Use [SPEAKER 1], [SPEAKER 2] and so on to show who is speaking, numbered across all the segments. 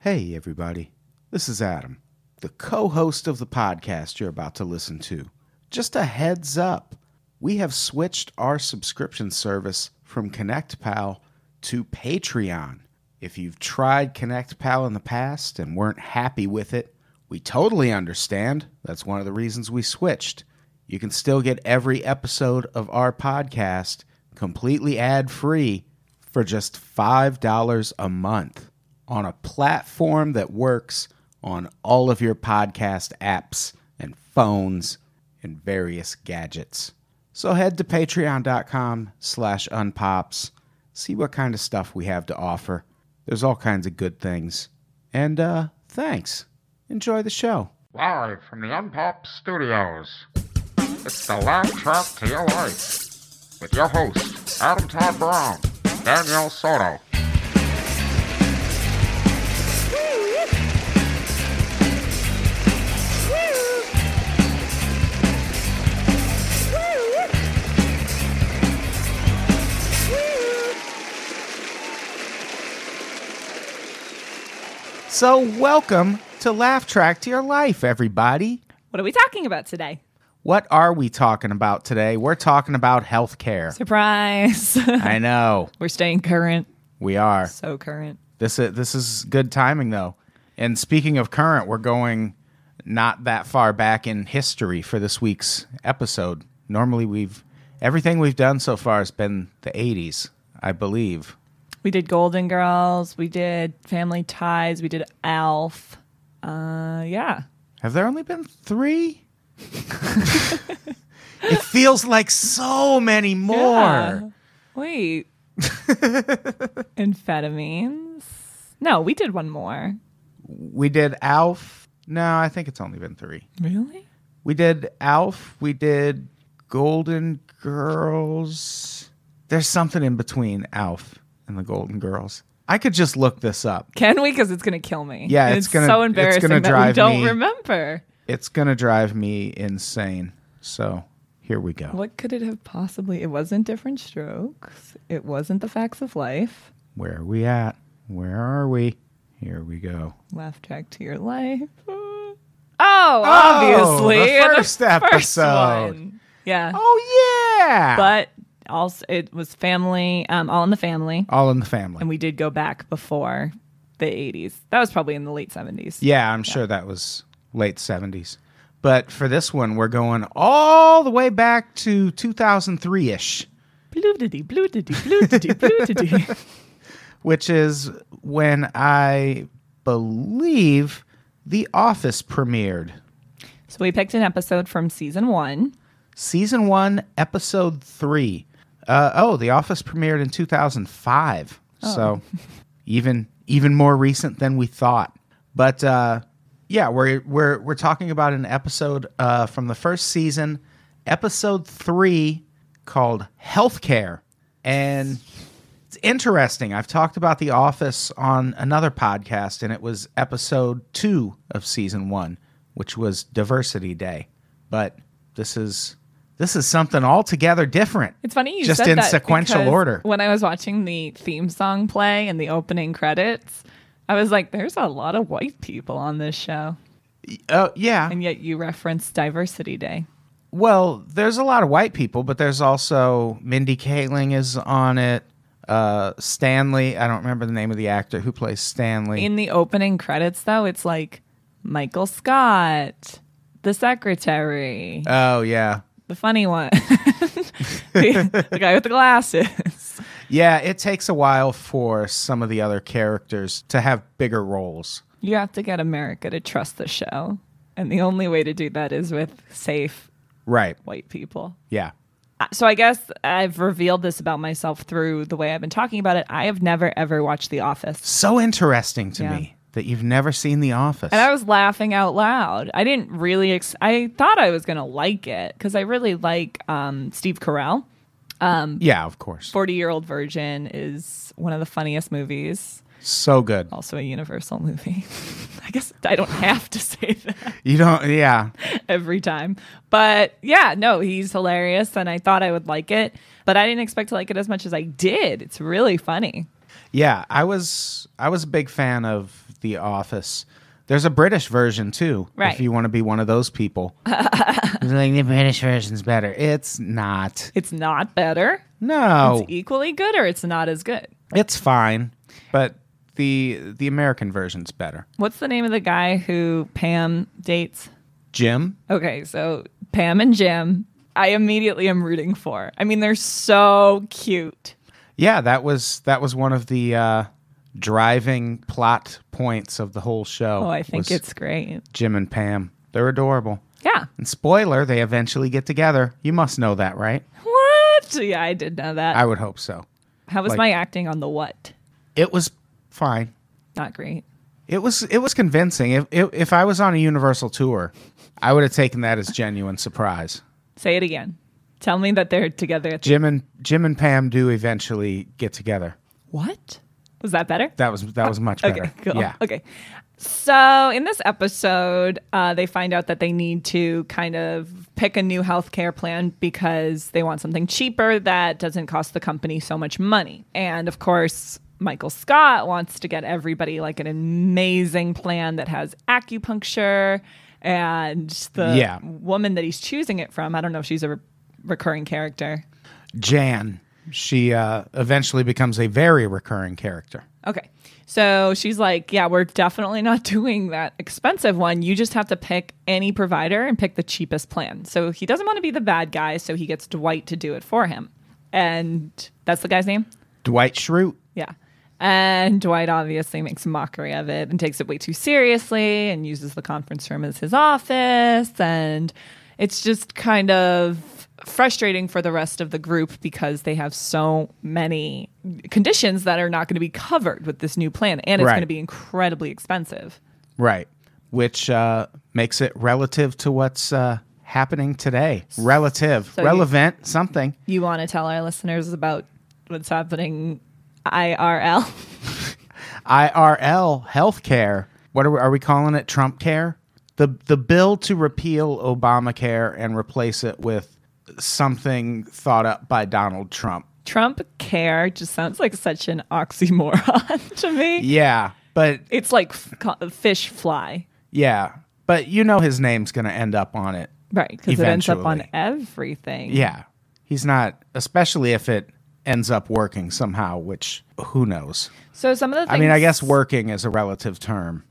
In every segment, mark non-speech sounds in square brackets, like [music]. [SPEAKER 1] Hey, everybody. This is Adam, the co host of the podcast you're about to listen to. Just a heads up we have switched our subscription service from ConnectPal to Patreon. If you've tried ConnectPal in the past and weren't happy with it, we totally understand. That's one of the reasons we switched. You can still get every episode of our podcast completely ad free for just $5 a month on a platform that works on all of your podcast apps and phones and various gadgets. So head to patreon.com slash unpops, see what kind of stuff we have to offer. There's all kinds of good things. And uh, thanks. Enjoy the show.
[SPEAKER 2] Live from the Unpop Studios. It's the laugh track to your life with your hosts, Adam Todd Brown, Daniel Soto.
[SPEAKER 1] So welcome to Laugh Track to Your Life, everybody.
[SPEAKER 3] What are we talking about today?
[SPEAKER 1] What are we talking about today? We're talking about healthcare.
[SPEAKER 3] Surprise. [laughs]
[SPEAKER 1] I know
[SPEAKER 3] We're staying current.
[SPEAKER 1] we are.
[SPEAKER 3] So current.
[SPEAKER 1] This is, this is good timing though. And speaking of current, we're going not that far back in history for this week's episode. Normally, we've everything we've done so far has been the '80s, I believe.
[SPEAKER 3] We did Golden Girls. We did Family Ties. We did Alf. Uh, yeah.
[SPEAKER 1] Have there only been three? [laughs] it feels like so many more.
[SPEAKER 3] Yeah. [laughs] Wait. Amphetamines. No, we did one more.
[SPEAKER 1] We did Alf. No, I think it's only been three.
[SPEAKER 3] Really?
[SPEAKER 1] We did Alf. We did Golden Girls. There's something in between Alf and the Golden Girls. I could just look this up.
[SPEAKER 3] Can we? Because it's gonna kill me.
[SPEAKER 1] Yeah,
[SPEAKER 3] And
[SPEAKER 1] it's gonna-
[SPEAKER 3] so
[SPEAKER 1] it's
[SPEAKER 3] embarrassing
[SPEAKER 1] gonna
[SPEAKER 3] that we
[SPEAKER 1] drive
[SPEAKER 3] don't
[SPEAKER 1] me-
[SPEAKER 3] remember.
[SPEAKER 1] It's going to drive me insane. So here we go.
[SPEAKER 3] What could it have possibly? It wasn't different strokes. It wasn't the facts of life.
[SPEAKER 1] Where are we at? Where are we? Here we go.
[SPEAKER 3] laugh track to
[SPEAKER 1] [laughs]
[SPEAKER 3] your life. Oh, obviously,
[SPEAKER 1] the first episode.
[SPEAKER 3] one. Yeah,
[SPEAKER 1] Oh, yeah.
[SPEAKER 3] but also it was family, um, all in the family,
[SPEAKER 1] All in the family.
[SPEAKER 3] and we did go back before the '80s. That was probably in the late '70s.
[SPEAKER 1] Yeah, I'm sure that was late 70s. But for this one, we're going all the way back to 2003 ish,
[SPEAKER 3] Blue-diddy, blue-diddy, blue-diddy, blue-diddy.
[SPEAKER 1] which is when I believe The Office premiered.
[SPEAKER 3] [laughs] so we picked an episode from season one.
[SPEAKER 1] Season 1, Episode 3. Uh, oh, The Office premiered in 2005. So even even more recent than we thought. But uh, yeah, we're we're we're talking about an episode uh, from the first season, episode three, called Healthcare, and it's interesting. I've talked about The Office on another podcast, and it was episode two of season one, which was Diversity Day. But this is this is something altogether different.
[SPEAKER 3] It's funny you
[SPEAKER 1] just
[SPEAKER 3] said
[SPEAKER 1] in
[SPEAKER 3] that
[SPEAKER 1] sequential
[SPEAKER 3] because
[SPEAKER 1] order.
[SPEAKER 3] When I was watching the theme song play and the opening credits, I was like, "There's a lot of white people on this show."
[SPEAKER 1] Oh yeah,
[SPEAKER 3] And yet you referenced Diversity Day.
[SPEAKER 1] Well, there's a lot of white people, but there's also Mindy Kaling is on it. Uh, Stanley, I don't remember the name of the actor who plays Stanley.
[SPEAKER 3] In the opening credits, though, it's like Michael Scott, the secretary,
[SPEAKER 1] oh yeah,
[SPEAKER 3] the funny one, [laughs] the, the guy with the glasses.
[SPEAKER 1] yeah. It takes a while for some of the other characters to have bigger roles.
[SPEAKER 3] You have to get America to trust the show. And the only way to do that is with safe
[SPEAKER 1] Right.
[SPEAKER 3] white people.
[SPEAKER 1] Yeah.
[SPEAKER 3] Uh, So I guess I've revealed this about myself through the way I've been talking about it. I have never, ever watched The Office.
[SPEAKER 1] So interesting to
[SPEAKER 3] Yeah.
[SPEAKER 1] me that you've never seen The Office.
[SPEAKER 3] And I was laughing out loud. I didn't really. Ex- I thought I was gonna like it because I really like um, Steve Carell.
[SPEAKER 1] yeah, of course.
[SPEAKER 3] Forty Year Old Virgin is one of the funniest movies.
[SPEAKER 1] so good.
[SPEAKER 3] Also a Universal movie. [laughs] I guess I don't have to say that [laughs]
[SPEAKER 1] You don't. Yeah.
[SPEAKER 3] every time, but yeah, no, he's hilarious, and I thought I would like it, but I didn't expect to like it as much as I did. It's really funny.
[SPEAKER 1] Yeah, I was I was a big fan of The Office. There's a British version too,
[SPEAKER 3] Right.
[SPEAKER 1] if you want to be one of those
[SPEAKER 3] [laughs]
[SPEAKER 1] people. It's like the British version's better. It's not.
[SPEAKER 3] It's not better.
[SPEAKER 1] No,
[SPEAKER 3] It's e- equally good or it's not as good.
[SPEAKER 1] it's fine, but the the American version's better.
[SPEAKER 3] What's the name of the guy who Pam dates?
[SPEAKER 1] Jim,
[SPEAKER 3] Okay, so Pam and Jim, I immediately am rooting for. I mean, they're so cute.
[SPEAKER 1] yeah, that was that was one of the uh, driving plot points of the whole show.
[SPEAKER 3] Oh, I think
[SPEAKER 1] was
[SPEAKER 3] it's great.
[SPEAKER 1] Jim and Pam. They're adorable.
[SPEAKER 3] Yeah.
[SPEAKER 1] And spoiler, they eventually get together. You must know that, right?
[SPEAKER 3] What? Yeah, I did know that.
[SPEAKER 1] I would hope so.
[SPEAKER 3] How was
[SPEAKER 1] like-
[SPEAKER 3] my acting on the what?
[SPEAKER 1] It was fine.
[SPEAKER 3] Not great.
[SPEAKER 1] It was it was convincing. If if, if I was on a Universal tour, I would have taken that as genuine surprise.
[SPEAKER 3] Say it again. Tell me that they're together at the
[SPEAKER 1] Jim and Jim and Pam do eventually get together.
[SPEAKER 3] What? Was that better?
[SPEAKER 1] That was that was much better.
[SPEAKER 3] [laughs] Okay, cool.
[SPEAKER 1] Yeah.
[SPEAKER 3] Okay. So in this episode, uh, they find out that they need to kind of pick a new healthcare plan because they want something cheaper that doesn't cost the company so much money. And of course, Michael Scott wants to get everybody like an amazing plan that has acupuncture and the
[SPEAKER 1] Yeah.
[SPEAKER 3] woman that he's choosing it from. I don't know if she's a re- recurring character.
[SPEAKER 1] Jan, she uh, eventually becomes a very recurring character.
[SPEAKER 3] Okay. So she's like, yeah, we're definitely not [laughs] doing that expensive one. You just have to pick any provider and pick the cheapest plan. So he doesn't want to be the bad guy, so he gets Dwight to do it for him. And that's the guy's name?
[SPEAKER 1] Dwight Schrute.
[SPEAKER 3] Yeah. And Dwight obviously makes a mockery of it and takes it way too seriously and uses the conference room as his office. And it's just kind of frustrating for the rest of the group because they have so many conditions that are not going to be covered with this new plan. And it's
[SPEAKER 1] Right.
[SPEAKER 3] going to be incredibly expensive.
[SPEAKER 1] Right. Which uh, makes it relative to what's uh, happening today. Relative.
[SPEAKER 3] So you-
[SPEAKER 1] relevant. something.
[SPEAKER 3] You want to tell our listeners about what's happening IRL?
[SPEAKER 1] IRL healthcare. What are we, are we calling it? Trump care? The the bill to repeal Obamacare and replace it with something thought up by Donald Trump.
[SPEAKER 3] [laughs] Trump care just sounds like such an oxymoron [laughs] to me.
[SPEAKER 1] Yeah, but
[SPEAKER 3] It's like f- co- fish fly,
[SPEAKER 1] yeah, but you know his name's going to end up on it.
[SPEAKER 3] right? Because it ends up on
[SPEAKER 1] Eventually.
[SPEAKER 3] everything.
[SPEAKER 1] Yeah. He's not especially if it ends up working somehow, which who knows.
[SPEAKER 3] So some of the
[SPEAKER 1] I
[SPEAKER 3] things.
[SPEAKER 1] mean, I guess working is a relative term.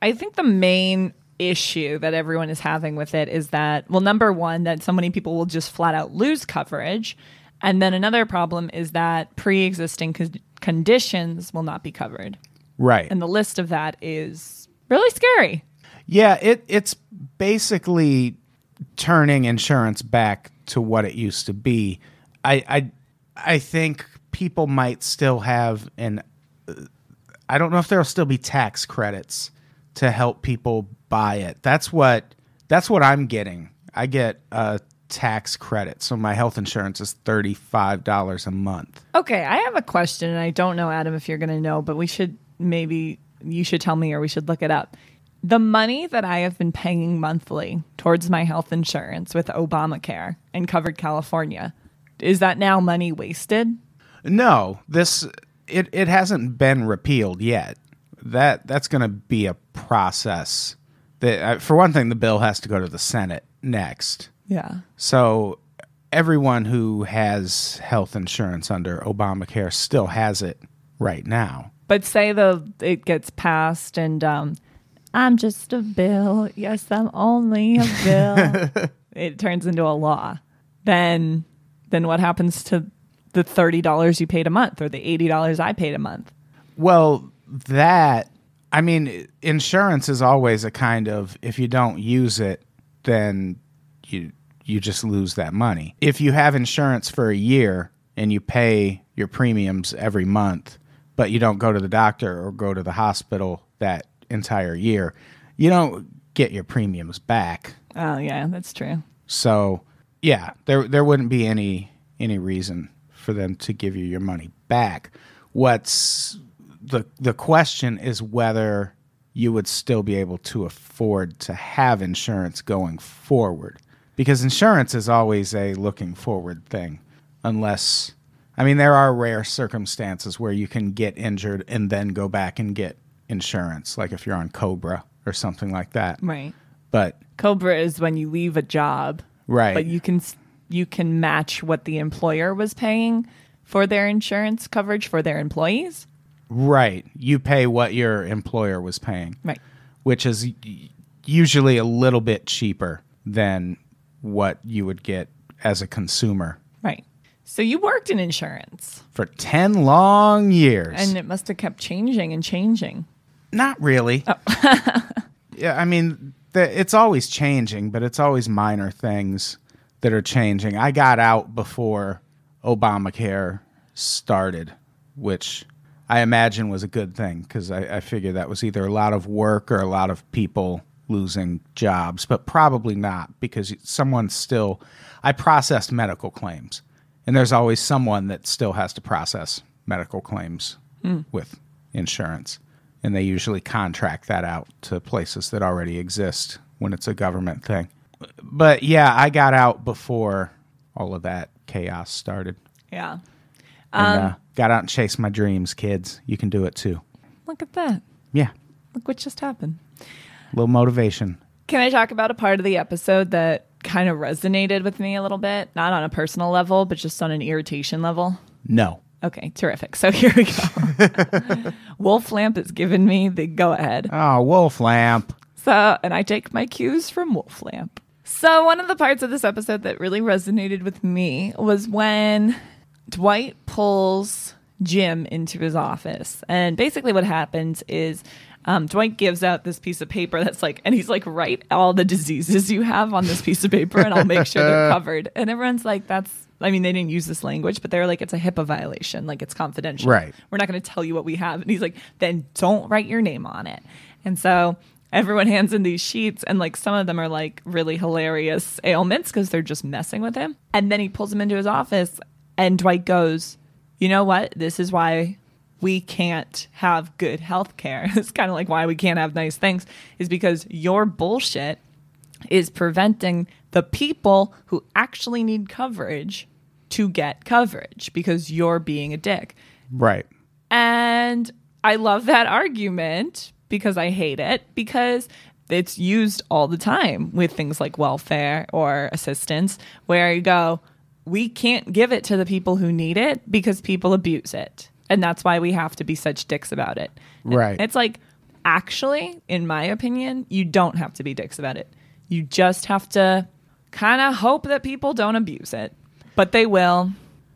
[SPEAKER 3] I think the main issue that everyone is having with it is that well, number one, that so many people will just flat out lose coverage, and then another problem is that pre-existing con- conditions will not be covered,
[SPEAKER 1] Right.
[SPEAKER 3] and the list of that is really scary.
[SPEAKER 1] Yeah, it it's basically turning insurance back to what it used to be. I I I think people might still have an uh, I don't know if there'll still be tax credits to help people buy it. That's what that's what I'm getting. I get a tax credit. So my health insurance is $35 a month.
[SPEAKER 3] Okay, I have a question, and I don't know, Adam, if you're going to know, but we should maybe you should tell me or we should look it up. The money that I have been paying monthly towards my health insurance with Obamacare and covered California, is that now money wasted?
[SPEAKER 1] No, this it it hasn't been repealed yet. That that's going to be a process. That uh, for one thing, the bill has to go to the Senate next.
[SPEAKER 3] Yeah.
[SPEAKER 1] So everyone who has health insurance under Obamacare still has it right now.
[SPEAKER 3] But say the it gets passed and um I'm just a bill. Yes, I'm only a bill. it turns into a law. Then then what happens to the $30 you paid a month or the $80 I paid a month?
[SPEAKER 1] Well, that I mean, insurance is always a kind of if you don't use it, then you you just lose that money. If you have insurance for a year and you pay your premiums every month, but you don't go to the doctor or go to the hospital that entire year, you don't get your premiums back.
[SPEAKER 3] Oh yeah, that's true.
[SPEAKER 1] So, yeah, there there wouldn't be any any reason for them to give you your money back. What's the the question is whether you would still be able to afford to have insurance going forward because insurance is always a looking forward thing unless I mean, there are rare circumstances where you can get injured and then go back and get insurance, like if you're on Cobra or something like that.
[SPEAKER 3] Right.
[SPEAKER 1] But
[SPEAKER 3] Cobra is when you leave a job,
[SPEAKER 1] right,
[SPEAKER 3] but you can s- you can match what the employer was paying for their insurance coverage for their employees.
[SPEAKER 1] right, you pay what your employer was paying,
[SPEAKER 3] Right.
[SPEAKER 1] which is y- usually a little bit cheaper than what you would get as a consumer
[SPEAKER 3] Right. So you worked in insurance,
[SPEAKER 1] for 10 long years.
[SPEAKER 3] and it must have kept changing and changing.
[SPEAKER 1] Not really. [laughs] yeah, I mean, the, it's always changing, but it's always minor things that are changing. I got out before Obamacare started, which I imagine was a good thing because I, I figure that was either a lot of work or a lot of people losing jobs, but probably not because someone still. I processed medical claims, and there's always someone that still has to process medical claims with insurance and they usually contract that out to places that already exist when it's a government thing. But yeah, I got out before all of that chaos started.
[SPEAKER 3] Yeah.
[SPEAKER 1] And, uh, got out and chased my dreams, kids. You can do it too.
[SPEAKER 3] Look at that.
[SPEAKER 1] Yeah,
[SPEAKER 3] Look what just happened.
[SPEAKER 1] little motivation.
[SPEAKER 3] Can I talk about a part of the episode that kind of resonated with me a little bit? Not on a personal level, but just on an irritation level.
[SPEAKER 1] No.
[SPEAKER 3] Okay, terrific. So [laughs] here we go. [laughs] Wolf Lamp has given me the go ahead.
[SPEAKER 1] Oh, wolf lamp.
[SPEAKER 3] So, and I take my cues from Wolf Lamp. So, one of the parts of this episode that really resonated with me was when Dwight pulls Jim into his office. And basically, what happens is um, Dwight gives out this piece of paper that's like, and he's like, write all the diseases you have on this piece of paper, and I'll make sure they're covered. And everyone's like, that's, I mean, they didn't use this language, but they're like, it's a HIPAA violation. Like, it's confidential.
[SPEAKER 1] Right.
[SPEAKER 3] We're not going to tell you what we have. And he's like, then don't write your name on it. And so everyone hands in these sheets, and like some of them are like really hilarious ailments because they're just messing with him. And then he pulls him into his office, and Dwight goes, You know what? This is why we can't have good health care. [laughs] it's kind of like why we can't have nice things, is because your bullshit is preventing the people who actually need coverage to get coverage because you're being a dick.
[SPEAKER 1] Right.
[SPEAKER 3] And I love that argument because I hate it because it's used all the time with things like welfare or assistance, where you go, we can't give it to the people who need it because people abuse it. And that's why we have to be such dicks about it.
[SPEAKER 1] Right.
[SPEAKER 3] It's like, actually, in my opinion, you don't have to be dicks about it. You just have to kind of hope that people don't abuse it, but they will.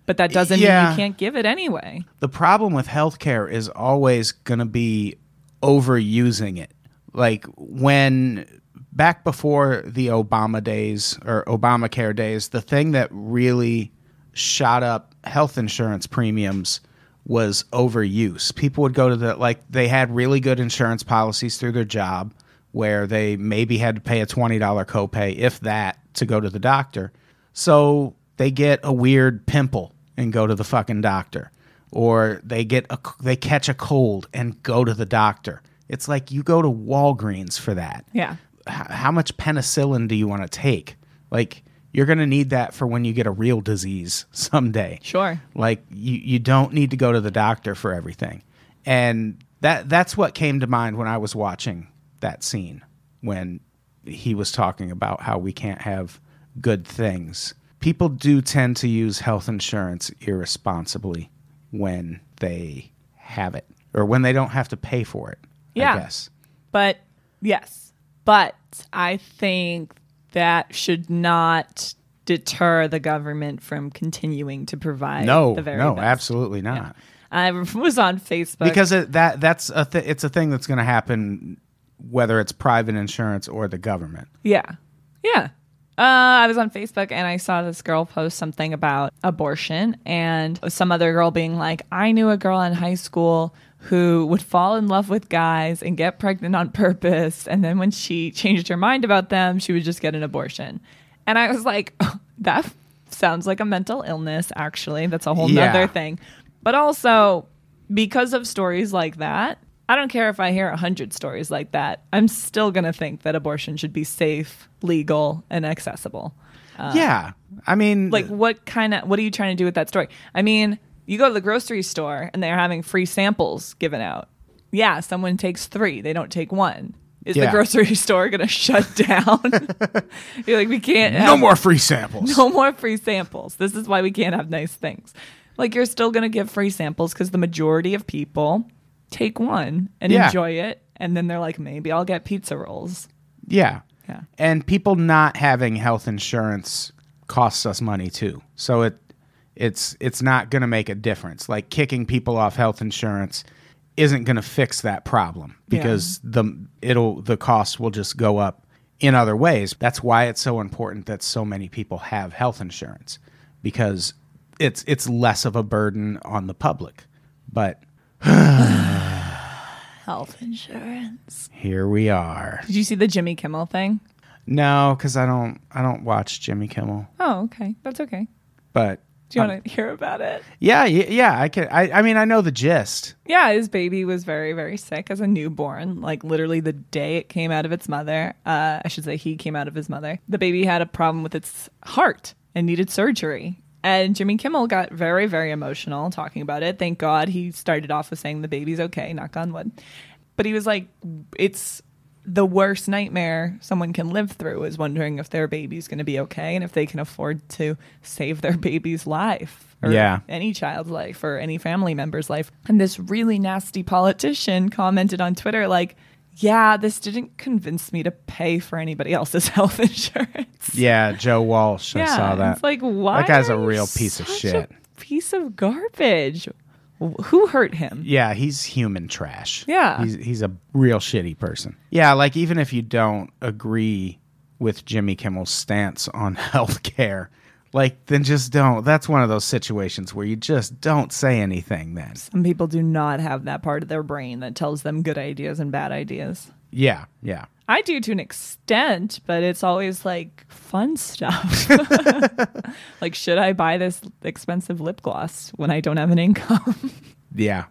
[SPEAKER 3] But that doesn't mean
[SPEAKER 1] Yeah.
[SPEAKER 3] you can't give it anyway.
[SPEAKER 1] the problem with healthcare is always going to be overusing it. Like when back before the Obama days or Obamacare days, the thing that really shot up health insurance premiums was overuse. People would go to the like they had really good insurance policies through their job where they maybe had to pay a $20 copay if that to go to the doctor. So they get a weird pimple and go to the fucking doctor or they get a they catch a cold and go to the doctor. It's like you go to Walgreens for that.
[SPEAKER 3] Yeah.
[SPEAKER 1] H- how much penicillin do you want to take? Like you're going to need that for when you get a real disease [laughs] someday.
[SPEAKER 3] Sure.
[SPEAKER 1] Like you you don't need to go to the doctor for everything. And that that's what came to mind when I was watching that scene when he was talking about how we can't have good things. People do tend to use health insurance irresponsibly when they have it or when they don't have to pay for it.
[SPEAKER 3] Yeah.
[SPEAKER 1] I guess.
[SPEAKER 3] But yes, but I think that should not deter the government from continuing to provide
[SPEAKER 1] No,
[SPEAKER 3] the very
[SPEAKER 1] no,
[SPEAKER 3] best.
[SPEAKER 1] absolutely not.
[SPEAKER 3] I was on Facebook
[SPEAKER 1] because it, that that's a th- it's a thing that's going to happen whether it's private insurance or the government.
[SPEAKER 3] Yeah. Yeah. Uh, I was on Facebook and I saw this girl post something about abortion and some other girl being like, I knew a girl in high school who would fall in love with guys and get pregnant on purpose. And then when she changed her mind about them, she would just get an abortion. And I was like, [laughs] that sounds like a mental illness, actually. That's a whole
[SPEAKER 1] Yeah.
[SPEAKER 3] nother thing. But also, because of stories like that, I don't care if I hear a hundred stories like that. I'm still gonna think that abortion should be safe, legal, and accessible.
[SPEAKER 1] yeah, I mean,
[SPEAKER 3] Like, what kind of what are you trying to do with that story? I mean, You go to the grocery store and they're having free samples given out. Yeah, someone takes three, they don't take one. Is
[SPEAKER 1] Yeah.
[SPEAKER 3] the grocery [laughs] store going to shut
[SPEAKER 1] [laughs]
[SPEAKER 3] down? You're like, we can't.
[SPEAKER 1] No
[SPEAKER 3] have-
[SPEAKER 1] more free samples. [laughs]
[SPEAKER 3] [laughs] No more free samples. This is why we can't have nice things. Like, you're still going to give free samples because the majority of people take one and
[SPEAKER 1] Yeah.
[SPEAKER 3] enjoy it. And then they're like, maybe I'll get pizza rolls.
[SPEAKER 1] Yeah.
[SPEAKER 3] Yeah.
[SPEAKER 1] And people not having health insurance costs us money too. So it it's it's not going to make a difference. Like kicking people off health insurance isn't going to fix that problem
[SPEAKER 3] Yeah.
[SPEAKER 1] because the it'll the cost will just go up in other ways. That's why it's so important that so many people have health insurance because it's it's less of a burden on the public. But
[SPEAKER 3] Health insurance.
[SPEAKER 1] here we are.
[SPEAKER 3] Did you see the Jimmy Kimmel thing?
[SPEAKER 1] No, cuz I don't I don't watch Jimmy Kimmel,
[SPEAKER 3] Oh, okay. That's okay.
[SPEAKER 1] but
[SPEAKER 3] Do you want to hear about it?
[SPEAKER 1] Yeah, y- yeah, I can. I, I mean, I know the gist.
[SPEAKER 3] Yeah, his baby was very, very sick as a newborn. Like literally the day it came out of its mother. Uh, I should say he came out of his mother. The baby had a problem with its heart and needed surgery. And Jimmy Kimmel got very, very emotional talking about it. Thank God he started off with saying the baby's okay, knock on wood. But he was like, it's the worst nightmare someone can live through is wondering if their baby's going to be okay and if they can afford to save their [laughs] baby's life or
[SPEAKER 1] Yeah.
[SPEAKER 3] any child's life or any family member's life. And this really nasty politician commented on Twitter, like, yeah, this didn't convince me to pay for anybody else's [laughs] health insurance.
[SPEAKER 1] Yeah, Joe Walsh. I
[SPEAKER 3] Yeah,
[SPEAKER 1] saw that.
[SPEAKER 3] It's like, why?
[SPEAKER 1] That guy's
[SPEAKER 3] are
[SPEAKER 1] a
[SPEAKER 3] you
[SPEAKER 1] real piece of
[SPEAKER 3] such
[SPEAKER 1] shit.
[SPEAKER 3] A piece of garbage. Wh- Who hurt him?
[SPEAKER 1] yeah, he's human trash.
[SPEAKER 3] Yeah.
[SPEAKER 1] he's he's a real shitty person. Yeah, like even if you don't agree with Jimmy Kimmel's stance on [laughs] healthcare, like then just don't. That's one of those situations where you just don't say anything. Then
[SPEAKER 3] Some people do not have that part of their brain that tells them good ideas and bad ideas.
[SPEAKER 1] yeah, yeah.
[SPEAKER 3] I do to an extent, but it's always like fun stuff. like, should I buy this expensive lip gloss when I don't have an income? [laughs]
[SPEAKER 1] Yeah,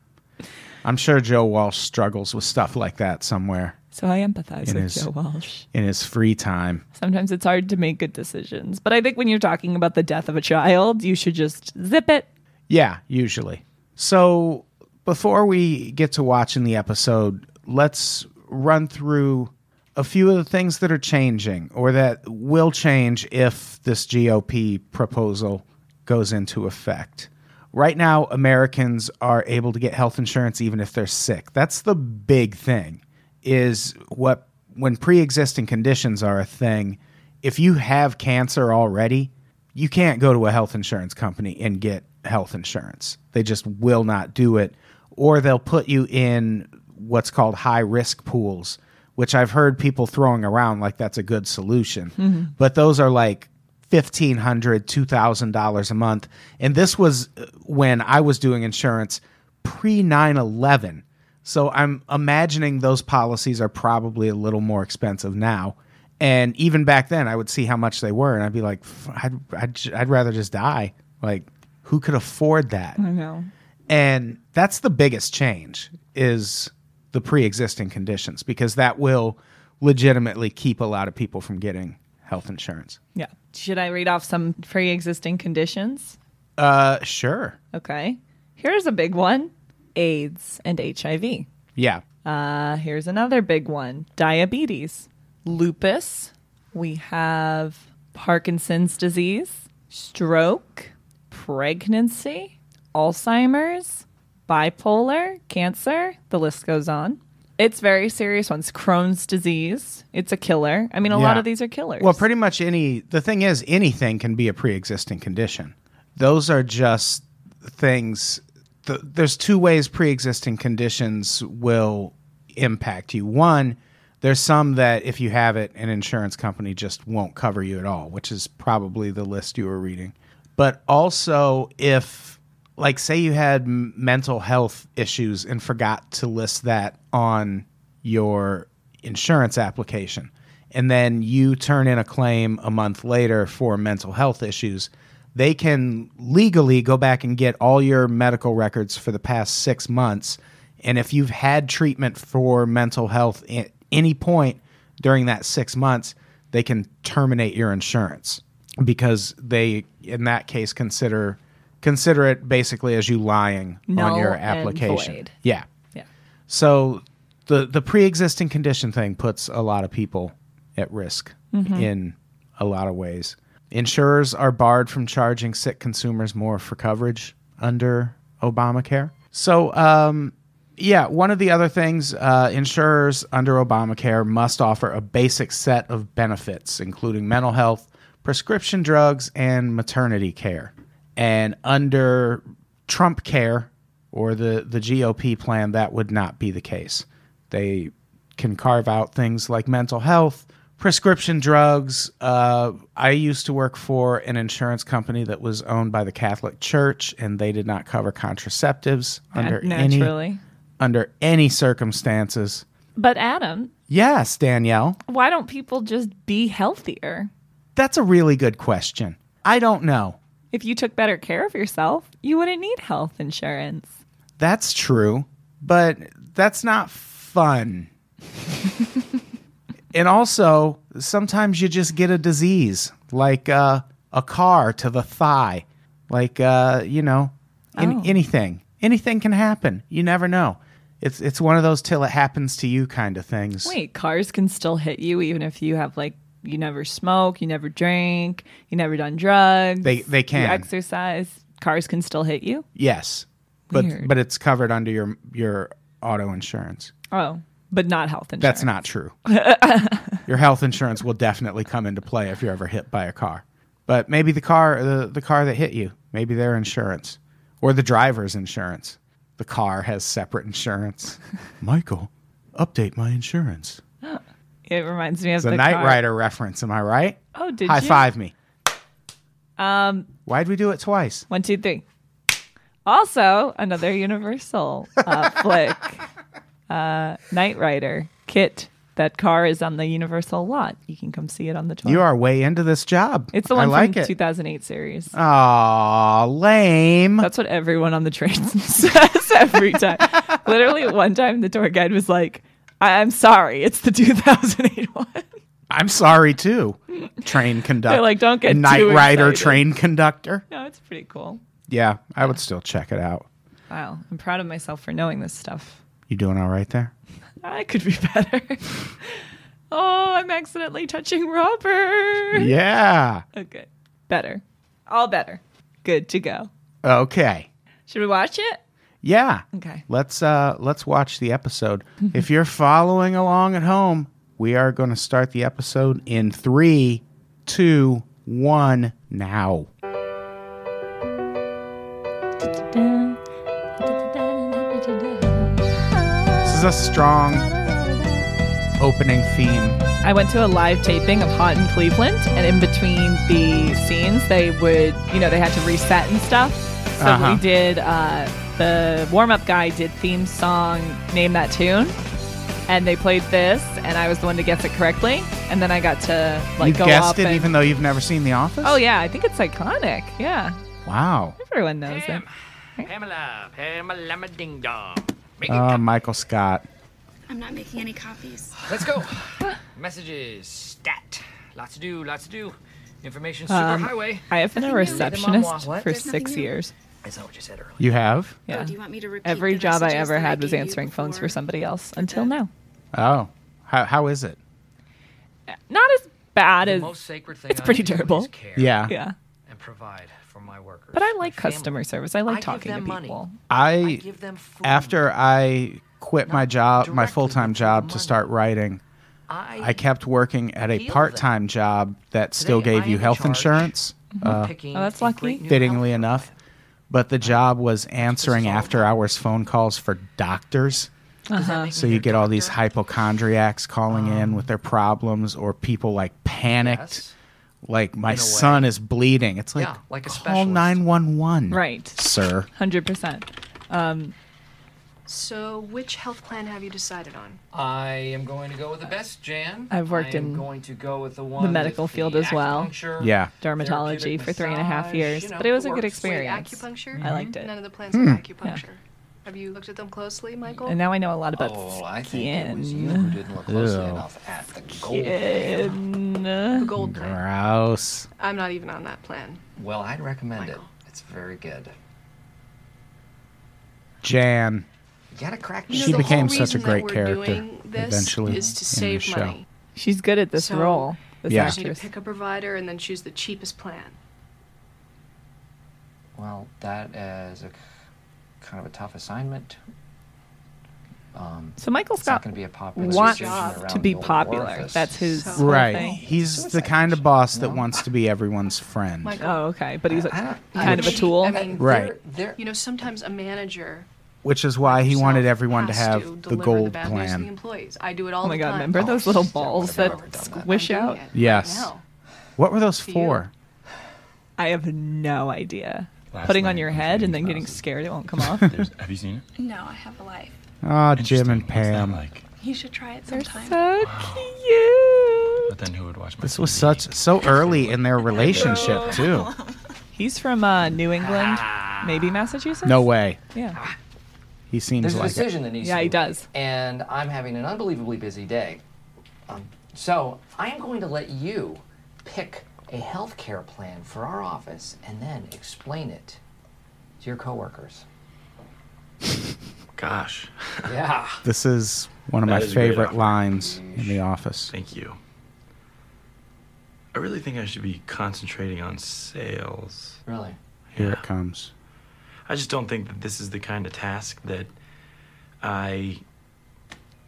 [SPEAKER 1] I'm sure Joe Walsh struggles with stuff like that somewhere
[SPEAKER 3] So I empathize with
[SPEAKER 1] is.
[SPEAKER 3] Joe Walsh.
[SPEAKER 1] in his free time.
[SPEAKER 3] Sometimes it's hard to make good decisions. But I think when you're talking about the death of a child, you should just zip it.
[SPEAKER 1] Yeah, usually. So before we get to watching the episode, let's run through a few of the things that are changing or that will change if this GOP proposal goes into effect. Right now, Americans are able to get health insurance even if they're sick. That's the big thing is what when pre-existing conditions are a thing, if you have cancer already, you can't go to a health insurance company and get health insurance. They just will not do it, or they'll put you in what's called high risk pools, which I've heard people throwing around like that's a good solution. But those are like $1,500, $2,000 a month. And this was uh, when I was doing insurance pre 9 11. So I'm imagining those policies are probably a little more expensive now. And even back then, I would see how much they were, and I'd be like, "F- I'd, I'd, j- I'd rather just die. Like, who could afford that?
[SPEAKER 3] I know.
[SPEAKER 1] And that's the biggest change is the pre-existing conditions because that will legitimately keep a lot of people from getting health insurance.
[SPEAKER 3] Yeah. Should I read off some pre existing conditions?
[SPEAKER 1] Uh, sure.
[SPEAKER 3] Okay. Here's a big one AIDS and HIV.
[SPEAKER 1] Yeah.
[SPEAKER 3] Uh, here's another big one diabetes, lupus. We have Parkinson's disease, stroke, pregnancy, Alzheimer's, bipolar, cancer. The list goes on. It's very serious ones. Crohn's disease. It's a killer. I mean, a lot
[SPEAKER 1] Yeah.
[SPEAKER 3] of these are killers.
[SPEAKER 1] Well, pretty much any. The thing is, anything can be a pre-existing condition. Those are just things. Th- there's two ways pre-existing conditions will impact you. One, there's some that if you have it, an insurance company just won't cover you at all, which is probably the list you were reading. But also, if like say you had m- mental health issues and forgot to list that on your insurance application and then you turn in a claim a month later for mental health issues they can legally go back and get all your medical records for the past 6 months and if you've had treatment for mental health at any point during that 6 months they can terminate your insurance because they in that case consider Consider it basically as you lying on
[SPEAKER 3] Null
[SPEAKER 1] your
[SPEAKER 3] and
[SPEAKER 1] application.
[SPEAKER 3] void.
[SPEAKER 1] Yeah.
[SPEAKER 3] Yeah.
[SPEAKER 1] So the the pre-existing condition thing puts a lot of people at risk
[SPEAKER 3] Mm-hmm.
[SPEAKER 1] in a lot of ways. Insurers are barred from charging sick consumers more for coverage under Obamacare. So um yeah, one of the other things uh, insurers under Obamacare must offer a basic set of benefits, including mental health, prescription drugs, and maternity care. And under Trump Care or the, the GOP plan, that would not be the case. They can carve out things like mental health, prescription drugs. Uh, I used to work for an insurance company that was owned by the Catholic Church, and they did not cover contraceptives under any
[SPEAKER 3] naturally.
[SPEAKER 1] under any circumstances.
[SPEAKER 3] But Adam,
[SPEAKER 1] Yes, Danielle,
[SPEAKER 3] why don't people just be healthier?
[SPEAKER 1] that's a really good question. I don't know.
[SPEAKER 3] If you took better care of yourself, you wouldn't need health insurance.
[SPEAKER 1] That's true, but that's not fun. [laughs] and also, sometimes you just get a disease, like uh, a car to the thigh, like uh, you know, an-
[SPEAKER 3] Oh.
[SPEAKER 1] anything. Anything can happen. You never know. It's it's one of those till it happens to you kind of things.
[SPEAKER 3] Wait, cars can still hit you even if you have like you never smoke, you never drink, you never done drugs.
[SPEAKER 1] They they can
[SPEAKER 3] You exercise. Cars can still hit you.
[SPEAKER 1] Yes, but
[SPEAKER 3] Weird.
[SPEAKER 1] but it's covered under your your auto insurance.
[SPEAKER 3] Oh, but not health insurance.
[SPEAKER 1] That's not true. [laughs] your health insurance will definitely come into play if you're ever hit by a car. But maybe the car the, the car that hit you, maybe their insurance or the driver's insurance. The car has separate insurance. [laughs] Michael, update my insurance.
[SPEAKER 3] It reminds me of
[SPEAKER 1] It's a
[SPEAKER 3] the
[SPEAKER 1] Knight
[SPEAKER 3] car-
[SPEAKER 1] Rider reference, am I right?
[SPEAKER 3] Oh, did
[SPEAKER 1] High
[SPEAKER 3] you?
[SPEAKER 1] five me. Um, Why'd we do it twice?
[SPEAKER 3] One, two, three. Also, another Universal
[SPEAKER 1] [laughs]
[SPEAKER 3] uh, flick, uh, Knight Rider kit. That car is on the Universal lot. You can come see it on the 12th.
[SPEAKER 1] You are way into this job.
[SPEAKER 3] it's the
[SPEAKER 1] I
[SPEAKER 3] one
[SPEAKER 1] like
[SPEAKER 3] from
[SPEAKER 1] it.
[SPEAKER 3] 2008 series.
[SPEAKER 1] Aw, lame.
[SPEAKER 3] That's what everyone on the train [laughs] says every time. Literally, one time the tour guide was like, I- I'm sorry, it's the [laughs] 2008 one.
[SPEAKER 1] I'm sorry too. Train conductor.
[SPEAKER 3] [laughs] They're like, "Don't get
[SPEAKER 1] Night
[SPEAKER 3] too
[SPEAKER 1] Rider
[SPEAKER 3] excited."
[SPEAKER 1] train conductor.
[SPEAKER 3] no, it's pretty cool.
[SPEAKER 1] Yeah, I would still check it out.
[SPEAKER 3] Wow, I'm proud of myself for knowing this stuff.
[SPEAKER 1] You doing all right there?
[SPEAKER 3] I could be [laughs] better. oh, I'm accidentally touching Robert.
[SPEAKER 1] Yeah.
[SPEAKER 3] Okay. Better. All better. Good to go.
[SPEAKER 1] Okay.
[SPEAKER 3] Should we watch it?
[SPEAKER 1] Yeah.
[SPEAKER 3] Okay.
[SPEAKER 1] Let's uh let's watch the episode. if you're following along at home, we are going to start the episode in three, two, one. Now. This is a strong opening theme.
[SPEAKER 3] I went to a live taping of Hot in Cleveland, and in between the scenes, they would, you know, they had to reset and stuff. So
[SPEAKER 1] Uh-huh.
[SPEAKER 3] we did, uh, the warm up guy did theme song, name that tune. And they played this, and I was the one to guess it correctly. And then I got to like
[SPEAKER 1] you
[SPEAKER 3] go
[SPEAKER 1] guessed
[SPEAKER 3] up
[SPEAKER 1] it,
[SPEAKER 3] and-
[SPEAKER 1] even though you've never seen The Office.
[SPEAKER 3] Oh yeah, I think it's iconic. Yeah,
[SPEAKER 1] Wow.
[SPEAKER 3] everyone knows it.
[SPEAKER 4] Pamela, Pamela, my ding dong. Make it
[SPEAKER 3] Ah,
[SPEAKER 1] Uh, Michael Scott.
[SPEAKER 5] I'm not making any copies.
[SPEAKER 4] Let's
[SPEAKER 3] [laughs]
[SPEAKER 4] go. Messages, stat. Lots to do, lots to do. Information superhighway.
[SPEAKER 3] Um, I have been a receptionist
[SPEAKER 4] What?
[SPEAKER 3] for
[SPEAKER 4] There's
[SPEAKER 3] six
[SPEAKER 5] nothing new.
[SPEAKER 3] years.
[SPEAKER 4] That's not what you said earlier.
[SPEAKER 1] You have?
[SPEAKER 3] Yeah.
[SPEAKER 5] Oh, do you want me to repeat
[SPEAKER 3] Every
[SPEAKER 5] the
[SPEAKER 3] job I
[SPEAKER 5] messages
[SPEAKER 3] ever
[SPEAKER 5] that
[SPEAKER 3] had was
[SPEAKER 5] gave you
[SPEAKER 3] answering phones for
[SPEAKER 5] before?
[SPEAKER 3] somebody else until
[SPEAKER 5] the-
[SPEAKER 3] now.
[SPEAKER 1] Oh, how how is it?
[SPEAKER 3] Not as bad
[SPEAKER 4] The
[SPEAKER 3] as
[SPEAKER 4] most sacred thing
[SPEAKER 3] it's
[SPEAKER 4] I
[SPEAKER 3] pretty
[SPEAKER 4] do is
[SPEAKER 3] terrible.
[SPEAKER 4] care
[SPEAKER 1] Yeah,
[SPEAKER 3] yeah,
[SPEAKER 4] And provide for my workers.
[SPEAKER 3] but I
[SPEAKER 4] my
[SPEAKER 3] like
[SPEAKER 4] family.
[SPEAKER 3] customer service. I like
[SPEAKER 4] I give
[SPEAKER 3] talking to
[SPEAKER 4] them money.
[SPEAKER 3] people.
[SPEAKER 4] I
[SPEAKER 1] I
[SPEAKER 4] give them food.
[SPEAKER 1] after I quit my
[SPEAKER 4] Not
[SPEAKER 1] job, my
[SPEAKER 4] directly,
[SPEAKER 1] full time
[SPEAKER 4] but for
[SPEAKER 1] job
[SPEAKER 4] the
[SPEAKER 1] to
[SPEAKER 4] money.
[SPEAKER 1] start writing,
[SPEAKER 4] I,
[SPEAKER 1] I kept working at a
[SPEAKER 4] Feel that.
[SPEAKER 1] part time job that still
[SPEAKER 4] Today,
[SPEAKER 1] gave
[SPEAKER 4] I
[SPEAKER 1] you
[SPEAKER 4] am Mm-hmm.
[SPEAKER 1] health
[SPEAKER 4] charged.
[SPEAKER 1] insurance. Uh,
[SPEAKER 4] picking
[SPEAKER 3] Oh, that's
[SPEAKER 4] a
[SPEAKER 3] lucky.
[SPEAKER 4] great new
[SPEAKER 1] fittingly
[SPEAKER 4] health
[SPEAKER 1] enough,
[SPEAKER 4] plan.
[SPEAKER 1] but the job was answering
[SPEAKER 4] all about.
[SPEAKER 1] after hours phone calls for doctors.
[SPEAKER 3] Uh-huh.
[SPEAKER 4] Does that make
[SPEAKER 1] So
[SPEAKER 4] me
[SPEAKER 1] you
[SPEAKER 4] your
[SPEAKER 1] get all these
[SPEAKER 4] doctor?
[SPEAKER 1] hypochondriacs calling in with their problems, or people like panicked,
[SPEAKER 4] Yes.
[SPEAKER 1] like my
[SPEAKER 4] In a way.
[SPEAKER 1] son is bleeding. It's like,
[SPEAKER 4] Yeah, like a
[SPEAKER 1] call
[SPEAKER 4] specialist.
[SPEAKER 1] nine one one,
[SPEAKER 3] Right,
[SPEAKER 1] sir.
[SPEAKER 3] hundred percent.
[SPEAKER 6] So, which health plan have you decided on?
[SPEAKER 4] I am going to go with the best, Jan.
[SPEAKER 3] I've worked
[SPEAKER 4] I am
[SPEAKER 3] in
[SPEAKER 4] going to go with the one with
[SPEAKER 3] medical field as well.
[SPEAKER 4] acupuncture,
[SPEAKER 1] Yeah.
[SPEAKER 3] Dermatology
[SPEAKER 4] therapeutic
[SPEAKER 3] for three and a half
[SPEAKER 4] massage,
[SPEAKER 3] years,
[SPEAKER 4] you know,
[SPEAKER 3] but it was
[SPEAKER 4] the
[SPEAKER 3] a good
[SPEAKER 4] works.
[SPEAKER 6] Wait,
[SPEAKER 3] experience.
[SPEAKER 6] acupuncture?
[SPEAKER 3] I liked
[SPEAKER 6] None
[SPEAKER 3] it,
[SPEAKER 6] of the plans have acupuncture. Have you looked at them closely, Michael?
[SPEAKER 3] and now I know a lot about
[SPEAKER 4] Oh, I think it was you
[SPEAKER 3] skin.
[SPEAKER 4] who didn't look closely
[SPEAKER 1] Ew.
[SPEAKER 4] enough at the gold.
[SPEAKER 6] the gold plan.
[SPEAKER 1] Gross.
[SPEAKER 6] I'm not even on that plan.
[SPEAKER 4] Well, I'd recommend it.
[SPEAKER 6] Michael.
[SPEAKER 4] It's It's very good.
[SPEAKER 1] Jan.
[SPEAKER 4] You gotta crack
[SPEAKER 6] You know,
[SPEAKER 1] She
[SPEAKER 6] the
[SPEAKER 4] the
[SPEAKER 1] became
[SPEAKER 6] whole
[SPEAKER 1] such a
[SPEAKER 6] reason that
[SPEAKER 1] great
[SPEAKER 6] we're
[SPEAKER 1] character
[SPEAKER 6] doing this
[SPEAKER 1] eventually
[SPEAKER 6] is to
[SPEAKER 1] in
[SPEAKER 6] save
[SPEAKER 1] the show.
[SPEAKER 6] money.
[SPEAKER 3] She's good at this
[SPEAKER 6] So-
[SPEAKER 3] role. This
[SPEAKER 1] Yeah.
[SPEAKER 6] You need
[SPEAKER 3] actress.
[SPEAKER 6] to pick a provider and then choose the cheapest plan.
[SPEAKER 4] Well, that is a, kind of a tough assignment. Um,
[SPEAKER 3] So Michael
[SPEAKER 4] it's not
[SPEAKER 3] Scott
[SPEAKER 4] going to be a popular
[SPEAKER 3] wants
[SPEAKER 4] decision
[SPEAKER 3] to
[SPEAKER 4] around
[SPEAKER 3] be
[SPEAKER 4] your
[SPEAKER 3] popular.
[SPEAKER 4] orifice.
[SPEAKER 3] That's his
[SPEAKER 6] So-
[SPEAKER 3] whole
[SPEAKER 1] Right.
[SPEAKER 3] thing.
[SPEAKER 1] He's the
[SPEAKER 4] Suicide
[SPEAKER 1] kind of
[SPEAKER 4] mission,
[SPEAKER 1] boss that
[SPEAKER 4] no?
[SPEAKER 1] wants to be everyone's friend.
[SPEAKER 6] Michael,
[SPEAKER 3] Oh, okay. But he's a,
[SPEAKER 4] I don't-
[SPEAKER 3] kind of a
[SPEAKER 6] she-
[SPEAKER 3] tool.
[SPEAKER 6] I mean,
[SPEAKER 1] Right.
[SPEAKER 4] There,
[SPEAKER 6] you know, sometimes a manager
[SPEAKER 1] which is why he
[SPEAKER 6] yourself
[SPEAKER 1] wanted everyone to
[SPEAKER 6] has
[SPEAKER 1] have
[SPEAKER 6] to
[SPEAKER 1] the
[SPEAKER 6] deliver
[SPEAKER 1] gold
[SPEAKER 6] bad news to The
[SPEAKER 1] plan.
[SPEAKER 6] employees. I do it all
[SPEAKER 3] oh my
[SPEAKER 6] the
[SPEAKER 3] god,
[SPEAKER 6] time.
[SPEAKER 3] remember those little balls
[SPEAKER 4] I've
[SPEAKER 3] that
[SPEAKER 4] never done that.
[SPEAKER 6] I'm
[SPEAKER 3] squish
[SPEAKER 6] doing
[SPEAKER 3] out?
[SPEAKER 6] it right
[SPEAKER 1] Yes.
[SPEAKER 6] now.
[SPEAKER 1] What were those
[SPEAKER 6] To you.
[SPEAKER 1] for?
[SPEAKER 3] I have no idea.
[SPEAKER 7] Last
[SPEAKER 3] Putting on
[SPEAKER 7] night
[SPEAKER 3] your
[SPEAKER 7] I was
[SPEAKER 3] head
[SPEAKER 7] eating
[SPEAKER 3] and then getting
[SPEAKER 7] frozen.
[SPEAKER 3] scared it won't come
[SPEAKER 7] [laughs]
[SPEAKER 3] off.
[SPEAKER 7] There's, have you seen it?
[SPEAKER 5] No, I have a life.
[SPEAKER 1] Ah, Jim and
[SPEAKER 7] Interesting. What's that
[SPEAKER 1] Pam.
[SPEAKER 7] like?
[SPEAKER 5] You should try it
[SPEAKER 3] They're
[SPEAKER 5] sometime.
[SPEAKER 3] so cute.
[SPEAKER 7] But then who would watch my
[SPEAKER 1] This was
[SPEAKER 7] TV?
[SPEAKER 1] such so early in
[SPEAKER 7] [laughs]
[SPEAKER 1] their relationship too.
[SPEAKER 3] He's from uh, New England,
[SPEAKER 4] Ah.
[SPEAKER 3] maybe Massachusetts.
[SPEAKER 1] No way.
[SPEAKER 3] Yeah.
[SPEAKER 1] He seems
[SPEAKER 4] there's a
[SPEAKER 1] like it.
[SPEAKER 4] decision that needs
[SPEAKER 3] Yeah,
[SPEAKER 4] to
[SPEAKER 3] he
[SPEAKER 4] be
[SPEAKER 3] does.
[SPEAKER 4] and I'm having an unbelievably busy day. Um, so I am going to let you pick a healthcare plan for our office and then explain it to
[SPEAKER 1] [laughs]
[SPEAKER 4] your coworkers.
[SPEAKER 7] Gosh.
[SPEAKER 4] Yeah.
[SPEAKER 1] This is one of
[SPEAKER 7] That
[SPEAKER 1] my
[SPEAKER 7] is a great
[SPEAKER 1] favorite
[SPEAKER 7] offer.
[SPEAKER 1] lines in The Office.
[SPEAKER 7] Thank you. I really think I should be concentrating on sales.
[SPEAKER 4] really.
[SPEAKER 1] Here it comes.
[SPEAKER 7] I just don't think that this is the kind of task that I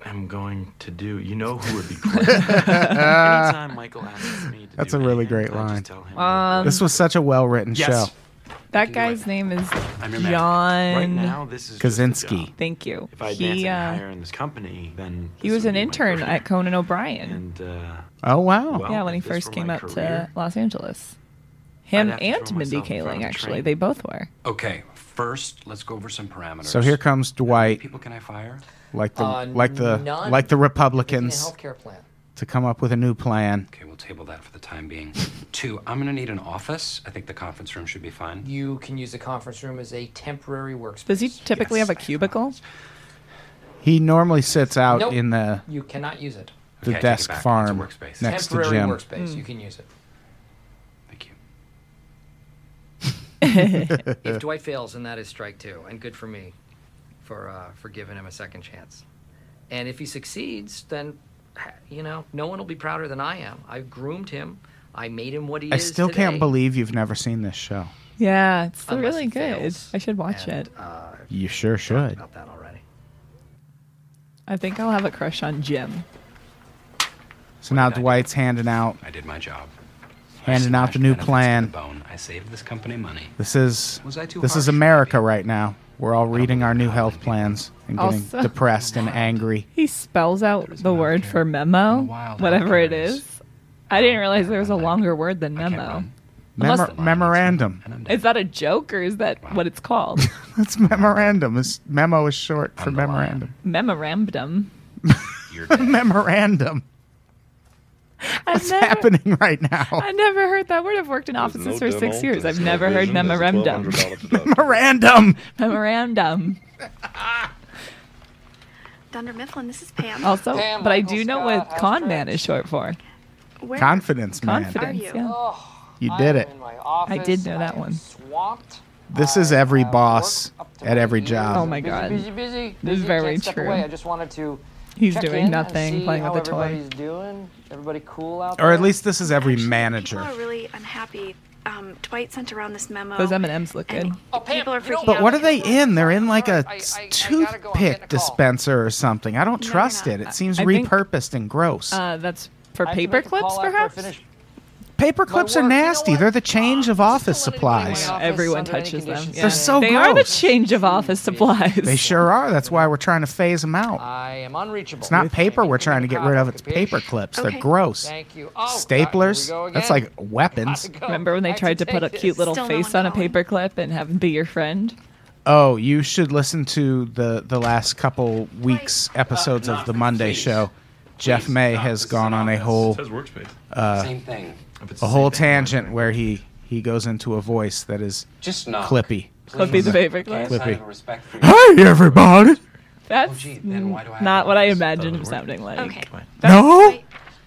[SPEAKER 7] am going to do. You know who would
[SPEAKER 1] [laughs]
[SPEAKER 7] be great. Anytime Michael asks me to
[SPEAKER 1] That's
[SPEAKER 7] do
[SPEAKER 1] a really great
[SPEAKER 7] anything, I just
[SPEAKER 1] line.
[SPEAKER 7] tell him-
[SPEAKER 3] Um,
[SPEAKER 1] This was such a well-written show.
[SPEAKER 7] yes,
[SPEAKER 3] That guy's name is
[SPEAKER 7] I'm your man.
[SPEAKER 3] John.
[SPEAKER 7] Right now, this is
[SPEAKER 1] Kaczynski.
[SPEAKER 7] Just a job.
[SPEAKER 3] Thank you.
[SPEAKER 7] If I advance
[SPEAKER 3] he
[SPEAKER 7] and
[SPEAKER 3] uh,
[SPEAKER 7] higher in this company, then
[SPEAKER 3] he
[SPEAKER 7] this
[SPEAKER 3] was
[SPEAKER 7] would
[SPEAKER 3] an
[SPEAKER 7] be my
[SPEAKER 3] intern
[SPEAKER 7] career.
[SPEAKER 3] at Conan O'Brien.
[SPEAKER 7] And uh,
[SPEAKER 1] Oh wow.
[SPEAKER 7] Well-
[SPEAKER 3] yeah, when he
[SPEAKER 7] if this
[SPEAKER 3] first
[SPEAKER 7] were
[SPEAKER 3] came
[SPEAKER 7] my
[SPEAKER 3] up to
[SPEAKER 7] career,
[SPEAKER 3] Los Angeles. Him
[SPEAKER 7] have to
[SPEAKER 3] and Mindy
[SPEAKER 7] throw myself in front
[SPEAKER 3] Kaling,
[SPEAKER 7] of a
[SPEAKER 3] actually,
[SPEAKER 7] train.
[SPEAKER 3] they both were.
[SPEAKER 8] Okay, first, let's go over some parameters.
[SPEAKER 1] so here comes Dwight,
[SPEAKER 8] People can I fire?
[SPEAKER 1] like the
[SPEAKER 4] Uh,
[SPEAKER 1] like the
[SPEAKER 4] none
[SPEAKER 1] like the
[SPEAKER 4] In a
[SPEAKER 1] Republicans,
[SPEAKER 4] healthcare plan.
[SPEAKER 1] to come up with a new plan.
[SPEAKER 8] Okay, we'll table that for the time being. Two, I'm gonna need an office. I think the conference room should be fine.
[SPEAKER 4] You can use the conference room as a temporary workspace.
[SPEAKER 3] Does he typically have a
[SPEAKER 7] [laughs]
[SPEAKER 3] cubicle?
[SPEAKER 1] He normally sits out
[SPEAKER 4] Nope.
[SPEAKER 1] in the
[SPEAKER 4] You cannot use it.
[SPEAKER 1] the
[SPEAKER 8] Okay, I take it
[SPEAKER 1] desk
[SPEAKER 8] back. It's a
[SPEAKER 1] farm
[SPEAKER 8] workspace.
[SPEAKER 1] next to
[SPEAKER 4] temporary
[SPEAKER 1] Jim.
[SPEAKER 4] workspace.
[SPEAKER 3] Hmm.
[SPEAKER 4] You can use it.
[SPEAKER 8] Thank you.
[SPEAKER 4] If Dwight fails, then that is strike two, and good for me for uh, for giving him a second chance. And if he succeeds, then ha- you know no one will be prouder than I am. I've groomed him. I made him what he
[SPEAKER 1] I
[SPEAKER 4] is.
[SPEAKER 1] still
[SPEAKER 4] today,
[SPEAKER 1] can't believe you've never seen this show.
[SPEAKER 3] [laughs] Yeah, it's still
[SPEAKER 4] unless
[SPEAKER 3] really
[SPEAKER 4] he
[SPEAKER 3] good.
[SPEAKER 4] fails.
[SPEAKER 3] I should watch
[SPEAKER 4] And,
[SPEAKER 3] it.
[SPEAKER 4] Uh, I've talked
[SPEAKER 1] You sure should.
[SPEAKER 4] about that already.
[SPEAKER 3] I think I'll have a crush on Jim.
[SPEAKER 1] So now
[SPEAKER 8] did I do?
[SPEAKER 1] Dwight's handing out
[SPEAKER 8] I did my job. I
[SPEAKER 1] handing out
[SPEAKER 8] smashed
[SPEAKER 1] the new
[SPEAKER 8] benefits to the
[SPEAKER 1] plan.
[SPEAKER 8] bone. I saved this company money.
[SPEAKER 1] This is
[SPEAKER 8] Was I too
[SPEAKER 1] this is
[SPEAKER 8] harsh,
[SPEAKER 1] America
[SPEAKER 8] maybe?
[SPEAKER 1] right now. We're all reading our new health plans and getting
[SPEAKER 3] Also-
[SPEAKER 1] depressed and angry.
[SPEAKER 3] He spells out
[SPEAKER 8] There's
[SPEAKER 3] the
[SPEAKER 8] no
[SPEAKER 3] word
[SPEAKER 8] care.
[SPEAKER 3] for
[SPEAKER 8] No
[SPEAKER 3] memo,
[SPEAKER 8] wild
[SPEAKER 3] whatever it
[SPEAKER 8] outcomes.
[SPEAKER 3] is. I didn't realize there was a
[SPEAKER 8] I can't
[SPEAKER 3] longer word than
[SPEAKER 8] I can't
[SPEAKER 3] memo.
[SPEAKER 8] run.
[SPEAKER 1] Memor-
[SPEAKER 3] Unless-
[SPEAKER 1] memorandum.
[SPEAKER 8] And I'm dead.
[SPEAKER 3] Is that a joke or is that what it's
[SPEAKER 7] [laughs]
[SPEAKER 3] called?
[SPEAKER 1] That's memorandum. It's, memo is short for
[SPEAKER 8] I'm the lion.
[SPEAKER 1] memorandum. [laughs]
[SPEAKER 3] Memorandum.
[SPEAKER 8] You're dead.
[SPEAKER 1] Memorandum.
[SPEAKER 3] I
[SPEAKER 1] It's
[SPEAKER 3] never-
[SPEAKER 1] happening right now.
[SPEAKER 3] I never heard that word. I've worked in offices for six years. I've never heard memorandum.
[SPEAKER 1] Memorandum.
[SPEAKER 3] [laughs] Memorandum.
[SPEAKER 5] Dunder Mifflin, this is Pam.
[SPEAKER 3] Also,
[SPEAKER 4] Damn,
[SPEAKER 3] but I
[SPEAKER 4] Michael
[SPEAKER 3] do know
[SPEAKER 4] Scott,
[SPEAKER 3] what
[SPEAKER 4] how's
[SPEAKER 3] con
[SPEAKER 4] Fritz?
[SPEAKER 3] man is short for.
[SPEAKER 5] Where?
[SPEAKER 1] Confidence, man.
[SPEAKER 3] Confidence.
[SPEAKER 5] you?
[SPEAKER 3] Yeah.
[SPEAKER 4] Oh,
[SPEAKER 1] You did it.
[SPEAKER 3] I did know that one.
[SPEAKER 4] Swamped.
[SPEAKER 1] This is every boss at every job.
[SPEAKER 3] Oh my god.
[SPEAKER 4] Busy, busy.
[SPEAKER 3] This is
[SPEAKER 4] busy,
[SPEAKER 3] very
[SPEAKER 4] can't step
[SPEAKER 3] true.
[SPEAKER 4] away. I just wanted to.
[SPEAKER 3] He's
[SPEAKER 4] check
[SPEAKER 3] doing
[SPEAKER 4] in and
[SPEAKER 3] nothing,
[SPEAKER 4] see
[SPEAKER 3] playing with
[SPEAKER 4] how
[SPEAKER 3] a toy.
[SPEAKER 4] Everybody's doing. Everybody cool out
[SPEAKER 1] Or
[SPEAKER 4] there?
[SPEAKER 1] at least this is every
[SPEAKER 5] Actually,
[SPEAKER 1] manager.
[SPEAKER 5] People are really unhappy. Um, Dwight sent around this memo.
[SPEAKER 3] Those M&Ms look
[SPEAKER 5] and
[SPEAKER 3] good.
[SPEAKER 4] Oh, Pam,
[SPEAKER 5] people are
[SPEAKER 4] you know-
[SPEAKER 5] freaking
[SPEAKER 1] But
[SPEAKER 5] out
[SPEAKER 1] what are
[SPEAKER 5] because-
[SPEAKER 1] they in? They're in like a
[SPEAKER 4] I- I- I gotta go. I'm getting a
[SPEAKER 1] toothpick
[SPEAKER 4] call.
[SPEAKER 1] dispenser or something. I don't
[SPEAKER 5] No,
[SPEAKER 1] trust
[SPEAKER 5] no,
[SPEAKER 1] it.
[SPEAKER 5] no.
[SPEAKER 1] It seems
[SPEAKER 3] I think-
[SPEAKER 1] repurposed and gross.
[SPEAKER 3] Uh, that's for
[SPEAKER 4] I have to
[SPEAKER 3] paper
[SPEAKER 4] make a call
[SPEAKER 3] clips,
[SPEAKER 4] after I
[SPEAKER 3] perhaps?
[SPEAKER 4] finish
[SPEAKER 1] Paper clips are
[SPEAKER 4] work- you know
[SPEAKER 1] nasty.
[SPEAKER 4] what? Uh,
[SPEAKER 1] They're the change of office supplies.
[SPEAKER 4] Office
[SPEAKER 3] Everyone
[SPEAKER 4] under any
[SPEAKER 3] touches them.
[SPEAKER 4] conditions.
[SPEAKER 3] yeah.
[SPEAKER 1] They're so
[SPEAKER 3] They are the
[SPEAKER 1] gross.
[SPEAKER 3] change of office supplies.
[SPEAKER 1] They sure are. That's why we're trying to phase them out.
[SPEAKER 4] I am unreachable.
[SPEAKER 1] It's not paper we're trying to get rid of. It's paper clips. They're
[SPEAKER 5] Okay.
[SPEAKER 1] gross.
[SPEAKER 4] Thank you. Oh,
[SPEAKER 1] Staplers.
[SPEAKER 4] God, here we go
[SPEAKER 1] That's
[SPEAKER 4] again.
[SPEAKER 1] like weapons.
[SPEAKER 4] Gotta
[SPEAKER 3] [laughs]
[SPEAKER 4] go.
[SPEAKER 3] Remember when they
[SPEAKER 4] I
[SPEAKER 3] tried to
[SPEAKER 4] can
[SPEAKER 3] put a
[SPEAKER 4] take
[SPEAKER 3] cute
[SPEAKER 4] this.
[SPEAKER 3] little
[SPEAKER 5] Still no
[SPEAKER 3] face
[SPEAKER 5] one
[SPEAKER 3] on a
[SPEAKER 5] calling.
[SPEAKER 3] paper clip and have him be your friend?
[SPEAKER 1] Oh, you should listen to the the last couple weeks episodes
[SPEAKER 4] Uh,
[SPEAKER 1] of the Monday show. Jeff May has gone on a whole
[SPEAKER 7] says workspace.
[SPEAKER 8] Same thing.
[SPEAKER 7] If it's uh,
[SPEAKER 1] a
[SPEAKER 7] the
[SPEAKER 1] whole
[SPEAKER 7] same thing,
[SPEAKER 1] tangent where he he goes into a voice that is
[SPEAKER 8] Just
[SPEAKER 4] Oh.
[SPEAKER 8] knock.
[SPEAKER 1] clippy.
[SPEAKER 3] Clippy the paper clip.
[SPEAKER 8] Can't sign
[SPEAKER 1] Clippy.
[SPEAKER 8] of respect for you.
[SPEAKER 1] Hey everybody!
[SPEAKER 8] Oh,
[SPEAKER 3] That's
[SPEAKER 8] gee, then why do I have
[SPEAKER 3] not what I
[SPEAKER 8] office?
[SPEAKER 7] that
[SPEAKER 3] imagined
[SPEAKER 7] would
[SPEAKER 3] him
[SPEAKER 7] work.
[SPEAKER 3] sounding like.
[SPEAKER 5] Okay.
[SPEAKER 7] Fine.
[SPEAKER 1] No,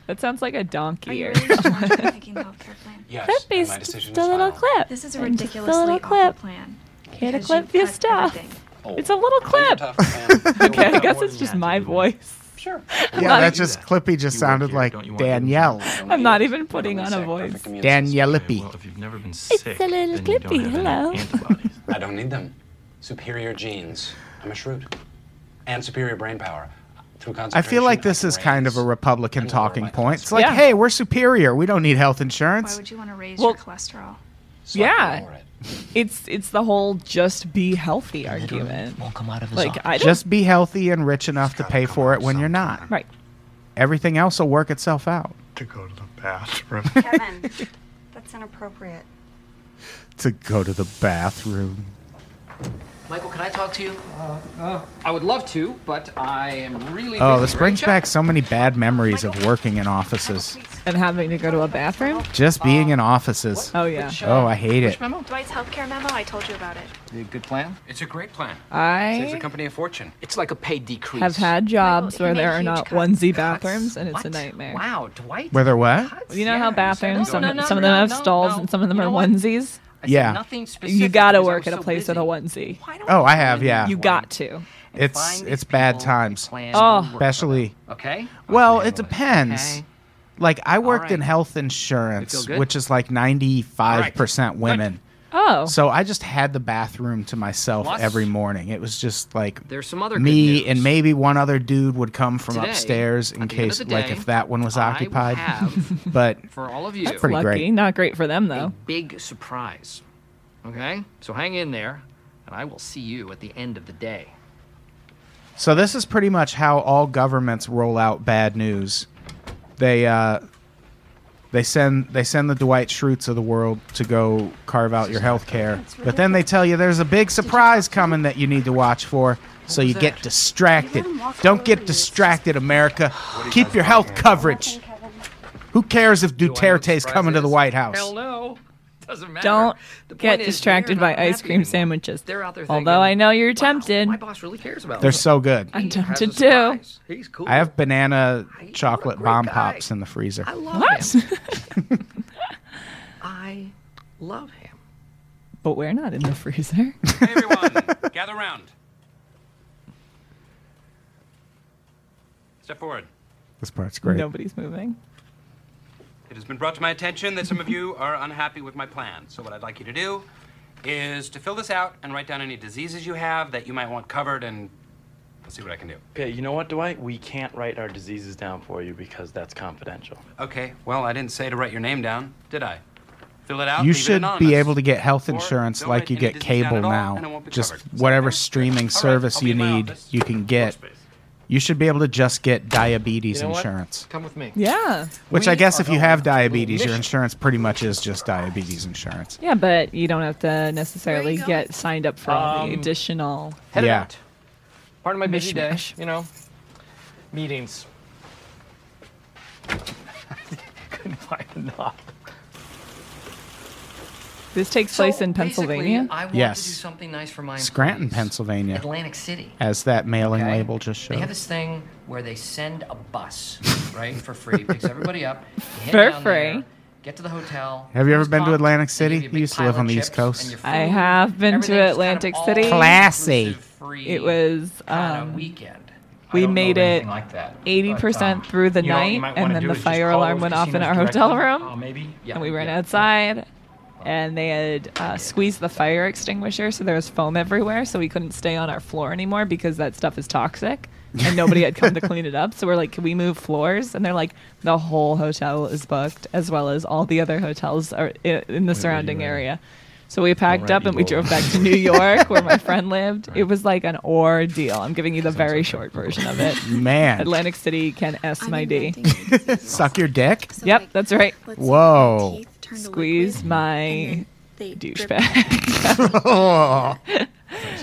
[SPEAKER 3] That sounds like a
[SPEAKER 6] Are
[SPEAKER 3] donkey.
[SPEAKER 6] you
[SPEAKER 3] Or [laughs]
[SPEAKER 4] [laughs]
[SPEAKER 6] really sure
[SPEAKER 5] [laughs]
[SPEAKER 6] you're picking the healthcare plan?
[SPEAKER 8] Yes.
[SPEAKER 9] Clip
[SPEAKER 8] and
[SPEAKER 9] is
[SPEAKER 8] my
[SPEAKER 9] just
[SPEAKER 8] decision
[SPEAKER 9] a
[SPEAKER 8] is
[SPEAKER 9] little
[SPEAKER 8] final.
[SPEAKER 9] clip.
[SPEAKER 5] This is a
[SPEAKER 9] And just
[SPEAKER 5] ridiculously
[SPEAKER 9] little
[SPEAKER 5] awful
[SPEAKER 9] clip.
[SPEAKER 5] plan.
[SPEAKER 9] Get a
[SPEAKER 5] because
[SPEAKER 9] clip
[SPEAKER 5] you
[SPEAKER 9] for your
[SPEAKER 5] cut
[SPEAKER 9] stuff.
[SPEAKER 5] everything.
[SPEAKER 8] Oh,
[SPEAKER 3] It's a little
[SPEAKER 8] well, you're
[SPEAKER 3] clip.
[SPEAKER 8] tough, man.
[SPEAKER 3] [laughs] okay, I
[SPEAKER 7] You've got
[SPEAKER 3] guess
[SPEAKER 7] more
[SPEAKER 3] it's
[SPEAKER 7] than
[SPEAKER 3] just
[SPEAKER 7] that to
[SPEAKER 3] my
[SPEAKER 7] do.
[SPEAKER 3] voice.
[SPEAKER 8] [laughs] Sure.
[SPEAKER 3] not
[SPEAKER 1] Yeah, that
[SPEAKER 3] even-
[SPEAKER 1] just
[SPEAKER 7] that.
[SPEAKER 1] Clippy
[SPEAKER 7] You
[SPEAKER 1] just
[SPEAKER 7] work
[SPEAKER 1] sounded
[SPEAKER 7] here,
[SPEAKER 1] like
[SPEAKER 7] don't you want them to
[SPEAKER 1] Danielle.
[SPEAKER 3] I'm not even putting on a
[SPEAKER 8] Sick,
[SPEAKER 3] voice.
[SPEAKER 8] perfect immune system.
[SPEAKER 7] Okay,
[SPEAKER 1] Danielle
[SPEAKER 7] well, if you've never been
[SPEAKER 9] a
[SPEAKER 7] sick,
[SPEAKER 9] little
[SPEAKER 7] then you don't
[SPEAKER 9] clippy,
[SPEAKER 7] have any
[SPEAKER 3] [laughs]
[SPEAKER 9] hello.
[SPEAKER 7] antibodies.
[SPEAKER 8] I don't need them. Superior genes. I'm a shrewd. And superior brain power. Through concentration,
[SPEAKER 1] I feel like this
[SPEAKER 8] can
[SPEAKER 1] is kind of a
[SPEAKER 8] raise-
[SPEAKER 1] Republican
[SPEAKER 8] I'm lower
[SPEAKER 1] talking
[SPEAKER 8] my
[SPEAKER 1] point. It's like,
[SPEAKER 3] Yeah.
[SPEAKER 1] hey, we're superior. We don't need health insurance.
[SPEAKER 6] Why would you want to raise
[SPEAKER 3] Well-
[SPEAKER 6] your cholesterol?
[SPEAKER 8] so I can
[SPEAKER 3] Yeah.
[SPEAKER 8] lower it.
[SPEAKER 3] It's it's the whole just be healthy argument.
[SPEAKER 10] Won't come out of his
[SPEAKER 3] Like I don't
[SPEAKER 1] Just be healthy and rich enough to pay for it when you're not.
[SPEAKER 3] right.
[SPEAKER 1] Everything else will work itself out.
[SPEAKER 11] to go to the bathroom.
[SPEAKER 9] Kevin, that's inappropriate.
[SPEAKER 1] To go to the bathroom.
[SPEAKER 4] Michael, can I talk to you? I would love to, but I am really.
[SPEAKER 1] Oh,
[SPEAKER 4] busy.
[SPEAKER 1] this
[SPEAKER 4] Ready,
[SPEAKER 1] brings
[SPEAKER 4] Chuck?
[SPEAKER 1] back so many bad memories of working in offices.
[SPEAKER 3] And having to go to a bathroom.
[SPEAKER 1] Just being in offices.
[SPEAKER 3] Oh yeah.
[SPEAKER 1] Oh, I hate it.
[SPEAKER 4] Which memo?
[SPEAKER 5] Dwight's healthcare memo, I told you about it.
[SPEAKER 4] A good plan.
[SPEAKER 8] [laughs] It's a great plan. Saves the
[SPEAKER 3] I
[SPEAKER 8] company a fortune.
[SPEAKER 4] It's like a pay decrease.
[SPEAKER 3] have [laughs] had jobs
[SPEAKER 5] Michael,
[SPEAKER 3] where
[SPEAKER 5] you
[SPEAKER 3] there
[SPEAKER 5] made
[SPEAKER 3] are
[SPEAKER 5] huge
[SPEAKER 3] not
[SPEAKER 5] cuts.
[SPEAKER 3] onesie
[SPEAKER 4] Cuts?
[SPEAKER 3] bathrooms, and it's a
[SPEAKER 4] What?
[SPEAKER 3] nightmare.
[SPEAKER 4] Wow, Dwight.
[SPEAKER 1] Whether what?
[SPEAKER 4] Cuts?
[SPEAKER 3] You know
[SPEAKER 4] Yeah,
[SPEAKER 3] how
[SPEAKER 4] said-
[SPEAKER 3] bathrooms
[SPEAKER 4] No,
[SPEAKER 3] some
[SPEAKER 4] no, no,
[SPEAKER 3] some of them
[SPEAKER 4] no,
[SPEAKER 3] have
[SPEAKER 4] no,
[SPEAKER 3] stalls
[SPEAKER 4] no.
[SPEAKER 3] and some of them
[SPEAKER 4] You
[SPEAKER 3] are
[SPEAKER 4] know what?
[SPEAKER 3] onesies.
[SPEAKER 4] I said
[SPEAKER 1] Yeah.
[SPEAKER 4] Nothing specific
[SPEAKER 3] You gotta
[SPEAKER 4] because I
[SPEAKER 3] work
[SPEAKER 4] was
[SPEAKER 3] at a
[SPEAKER 4] so
[SPEAKER 3] place with a
[SPEAKER 4] busy.
[SPEAKER 3] onesie.
[SPEAKER 4] Why don't
[SPEAKER 1] Oh,
[SPEAKER 4] we
[SPEAKER 1] I
[SPEAKER 4] go
[SPEAKER 1] have,
[SPEAKER 4] into
[SPEAKER 1] yeah.
[SPEAKER 3] You
[SPEAKER 4] one
[SPEAKER 3] got to.
[SPEAKER 4] and
[SPEAKER 1] It's-
[SPEAKER 4] find these
[SPEAKER 1] it's bad
[SPEAKER 4] people,
[SPEAKER 1] times.
[SPEAKER 4] plan,
[SPEAKER 3] Oh.
[SPEAKER 4] work for them,
[SPEAKER 1] Especially-
[SPEAKER 4] Okay.
[SPEAKER 1] Well,
[SPEAKER 4] Okay.
[SPEAKER 1] it depends.
[SPEAKER 4] Okay.
[SPEAKER 1] Like I worked in
[SPEAKER 4] right.
[SPEAKER 1] health
[SPEAKER 4] You
[SPEAKER 1] insurance,
[SPEAKER 4] feel good?
[SPEAKER 1] which is like 95% women.
[SPEAKER 3] Oh,
[SPEAKER 1] So I just had the bathroom to myself
[SPEAKER 4] Plus-
[SPEAKER 1] every morning. It was just like
[SPEAKER 4] There's some other good
[SPEAKER 1] me
[SPEAKER 4] news.
[SPEAKER 1] and maybe one other dude would come from
[SPEAKER 4] Today,
[SPEAKER 1] upstairs in
[SPEAKER 4] at the end
[SPEAKER 1] case
[SPEAKER 4] of the
[SPEAKER 1] like
[SPEAKER 4] day,
[SPEAKER 1] if that one was
[SPEAKER 4] I will
[SPEAKER 1] occupied.
[SPEAKER 4] have,
[SPEAKER 1] [laughs] But
[SPEAKER 4] for all of you.
[SPEAKER 1] pretty
[SPEAKER 3] lucky.
[SPEAKER 1] great.
[SPEAKER 3] Not great for them
[SPEAKER 4] a
[SPEAKER 3] though.
[SPEAKER 4] big surprise. Okay? So hang in there, and I will see you at the end of the day.
[SPEAKER 1] So this is pretty much how all governments roll out bad news. They uh, they send they send the Dwight Schrutes of the world to go carve out your health care, but then they tell you there's a big surprise coming that you need to watch for. So you get distracted. Don't get distracted, America. Keep your health coverage. Who cares if Duterte's coming to the White House?
[SPEAKER 4] Hell no. Doesn't matter.
[SPEAKER 3] Don't
[SPEAKER 4] The
[SPEAKER 3] get
[SPEAKER 4] point is,
[SPEAKER 3] distracted
[SPEAKER 4] they're
[SPEAKER 3] by
[SPEAKER 4] not
[SPEAKER 3] ice
[SPEAKER 4] happy
[SPEAKER 3] cream
[SPEAKER 4] anymore.
[SPEAKER 3] sandwiches.
[SPEAKER 4] They're out there
[SPEAKER 3] Although
[SPEAKER 4] thinking,
[SPEAKER 3] I know you're
[SPEAKER 4] "Wow,
[SPEAKER 3] tempted."
[SPEAKER 4] my boss really cares about
[SPEAKER 1] They're
[SPEAKER 4] me.
[SPEAKER 1] so good.
[SPEAKER 4] He
[SPEAKER 3] I'm
[SPEAKER 4] has
[SPEAKER 3] tempted
[SPEAKER 4] a
[SPEAKER 3] too.
[SPEAKER 4] surprise. He's cool.
[SPEAKER 1] I have banana
[SPEAKER 4] a
[SPEAKER 1] chocolate
[SPEAKER 4] great
[SPEAKER 1] bomb
[SPEAKER 4] guy.
[SPEAKER 1] pops in the freezer.
[SPEAKER 4] I love
[SPEAKER 3] What?
[SPEAKER 4] him.
[SPEAKER 3] [laughs]
[SPEAKER 4] I love him.
[SPEAKER 3] but we're not in the [laughs] freezer.
[SPEAKER 8] Hey, everyone, gather round. Step forward.
[SPEAKER 1] This part's great.
[SPEAKER 3] Nobody's moving.
[SPEAKER 8] It has been brought to my attention that some of you are unhappy with my plan. So what I'd like you to do is to fill this out and write down any diseases you have that you might want covered, and I'll see what I can do.
[SPEAKER 7] Okay, you know what, Dwight? We can't write our diseases down for you because that's confidential.
[SPEAKER 8] Okay. Well, I didn't say to write your name down, did I? Fill it out.
[SPEAKER 1] You
[SPEAKER 8] leave it
[SPEAKER 1] should
[SPEAKER 8] anonymous.
[SPEAKER 1] be able to get health
[SPEAKER 8] Or
[SPEAKER 1] insurance
[SPEAKER 8] don't
[SPEAKER 1] like
[SPEAKER 8] write
[SPEAKER 1] you
[SPEAKER 8] any
[SPEAKER 1] get
[SPEAKER 8] disease down
[SPEAKER 1] cable
[SPEAKER 8] at all, and it
[SPEAKER 1] now.
[SPEAKER 8] won't be
[SPEAKER 1] Just
[SPEAKER 8] covered. Is that
[SPEAKER 1] whatever
[SPEAKER 8] fair? All
[SPEAKER 1] streaming
[SPEAKER 8] right,
[SPEAKER 1] service
[SPEAKER 8] I'll be
[SPEAKER 1] you
[SPEAKER 8] in my
[SPEAKER 1] need,
[SPEAKER 8] office.
[SPEAKER 1] you can get. You should be able to just get diabetes
[SPEAKER 4] You know what?
[SPEAKER 1] insurance.
[SPEAKER 4] Come with me.
[SPEAKER 3] Yeah.
[SPEAKER 1] Which
[SPEAKER 4] We
[SPEAKER 1] I guess
[SPEAKER 4] are
[SPEAKER 1] if you
[SPEAKER 4] going
[SPEAKER 1] have
[SPEAKER 4] on a little
[SPEAKER 1] diabetes, your
[SPEAKER 4] mission.
[SPEAKER 1] insurance pretty much is just diabetes insurance.
[SPEAKER 3] Yeah, but you don't have to necessarily
[SPEAKER 5] going?
[SPEAKER 3] get signed up for all the
[SPEAKER 4] Um,
[SPEAKER 3] additional.
[SPEAKER 4] Headed
[SPEAKER 1] Yeah.
[SPEAKER 4] out. Part of my busy day,
[SPEAKER 3] Mishmash.
[SPEAKER 4] you know. Meetings. [laughs] Couldn't find a knob.
[SPEAKER 3] This takes place
[SPEAKER 4] So
[SPEAKER 3] in
[SPEAKER 4] basically,
[SPEAKER 3] Pennsylvania.
[SPEAKER 4] I want
[SPEAKER 1] Yes.
[SPEAKER 4] to do something nice for my
[SPEAKER 1] Scranton,
[SPEAKER 4] employees.
[SPEAKER 1] Pennsylvania,
[SPEAKER 4] Atlantic City.
[SPEAKER 1] as that mailing
[SPEAKER 4] okay?
[SPEAKER 1] label just
[SPEAKER 4] They have
[SPEAKER 1] showed.
[SPEAKER 4] this thing where they send
[SPEAKER 1] [laughs]
[SPEAKER 4] a bus, right, for free, picks everybody up. you head
[SPEAKER 3] For
[SPEAKER 4] down there,
[SPEAKER 3] free.
[SPEAKER 4] get to the hotel.
[SPEAKER 1] Have you ever
[SPEAKER 4] first
[SPEAKER 1] been to
[SPEAKER 4] pop,
[SPEAKER 1] Atlantic
[SPEAKER 4] they
[SPEAKER 1] City?
[SPEAKER 4] give a
[SPEAKER 1] You
[SPEAKER 4] big
[SPEAKER 1] used to
[SPEAKER 4] pile
[SPEAKER 1] live
[SPEAKER 4] of
[SPEAKER 1] on the East
[SPEAKER 4] chips
[SPEAKER 1] Coast.
[SPEAKER 4] and your
[SPEAKER 3] I
[SPEAKER 4] food.
[SPEAKER 3] have been to
[SPEAKER 4] Everything's kind of
[SPEAKER 3] Atlantic
[SPEAKER 4] all
[SPEAKER 3] City.
[SPEAKER 1] Classy.
[SPEAKER 4] inclusive, free
[SPEAKER 3] It was,
[SPEAKER 4] kind
[SPEAKER 3] um,
[SPEAKER 4] of weekend. I
[SPEAKER 3] we
[SPEAKER 4] don't know
[SPEAKER 3] made
[SPEAKER 4] of anything
[SPEAKER 3] it
[SPEAKER 4] like that, but,
[SPEAKER 3] Eighty percent
[SPEAKER 4] um,
[SPEAKER 3] through the
[SPEAKER 7] You know what you
[SPEAKER 3] night,
[SPEAKER 7] might
[SPEAKER 3] and
[SPEAKER 7] wanna
[SPEAKER 3] then
[SPEAKER 7] do
[SPEAKER 3] the
[SPEAKER 7] is just
[SPEAKER 3] fire
[SPEAKER 7] call
[SPEAKER 3] alarm
[SPEAKER 7] those
[SPEAKER 3] went off in
[SPEAKER 7] casinos
[SPEAKER 3] our hotel
[SPEAKER 7] directly.
[SPEAKER 3] room,
[SPEAKER 7] Uh, maybe.
[SPEAKER 4] yeah,
[SPEAKER 3] and we ran
[SPEAKER 4] yeah.
[SPEAKER 3] outside, and they had uh, squeezed the fire extinguisher, so there was foam everywhere, so we couldn't stay on our floor anymore because that stuff is toxic, and nobody had come to clean it up. So we're like, "Can we move floors?" And they're like, "The whole hotel is booked, as well as all the other hotels are i- in the surrounding
[SPEAKER 7] in?
[SPEAKER 3] area." So we packed
[SPEAKER 7] Alright,
[SPEAKER 3] up and we
[SPEAKER 7] Ebola.
[SPEAKER 3] drove back to New York, where my
[SPEAKER 4] [laughs]
[SPEAKER 3] friend lived. It was like an ordeal. I'm giving you the very short version
[SPEAKER 4] [laughs]
[SPEAKER 3] of it.
[SPEAKER 1] Man,
[SPEAKER 3] Atlantic City can S
[SPEAKER 5] I'm
[SPEAKER 3] my D.
[SPEAKER 5] inventing new
[SPEAKER 1] [laughs]
[SPEAKER 5] diseases.
[SPEAKER 1] suck your dick.
[SPEAKER 5] So,
[SPEAKER 3] Yep,
[SPEAKER 5] like,
[SPEAKER 3] that's right.
[SPEAKER 5] let's see,
[SPEAKER 1] Whoa.
[SPEAKER 8] [laughs]
[SPEAKER 5] teeth turn to
[SPEAKER 3] Squeeze
[SPEAKER 5] liquid, and
[SPEAKER 3] my
[SPEAKER 5] then they drip
[SPEAKER 3] douchebag. [laughs]
[SPEAKER 1] Oh,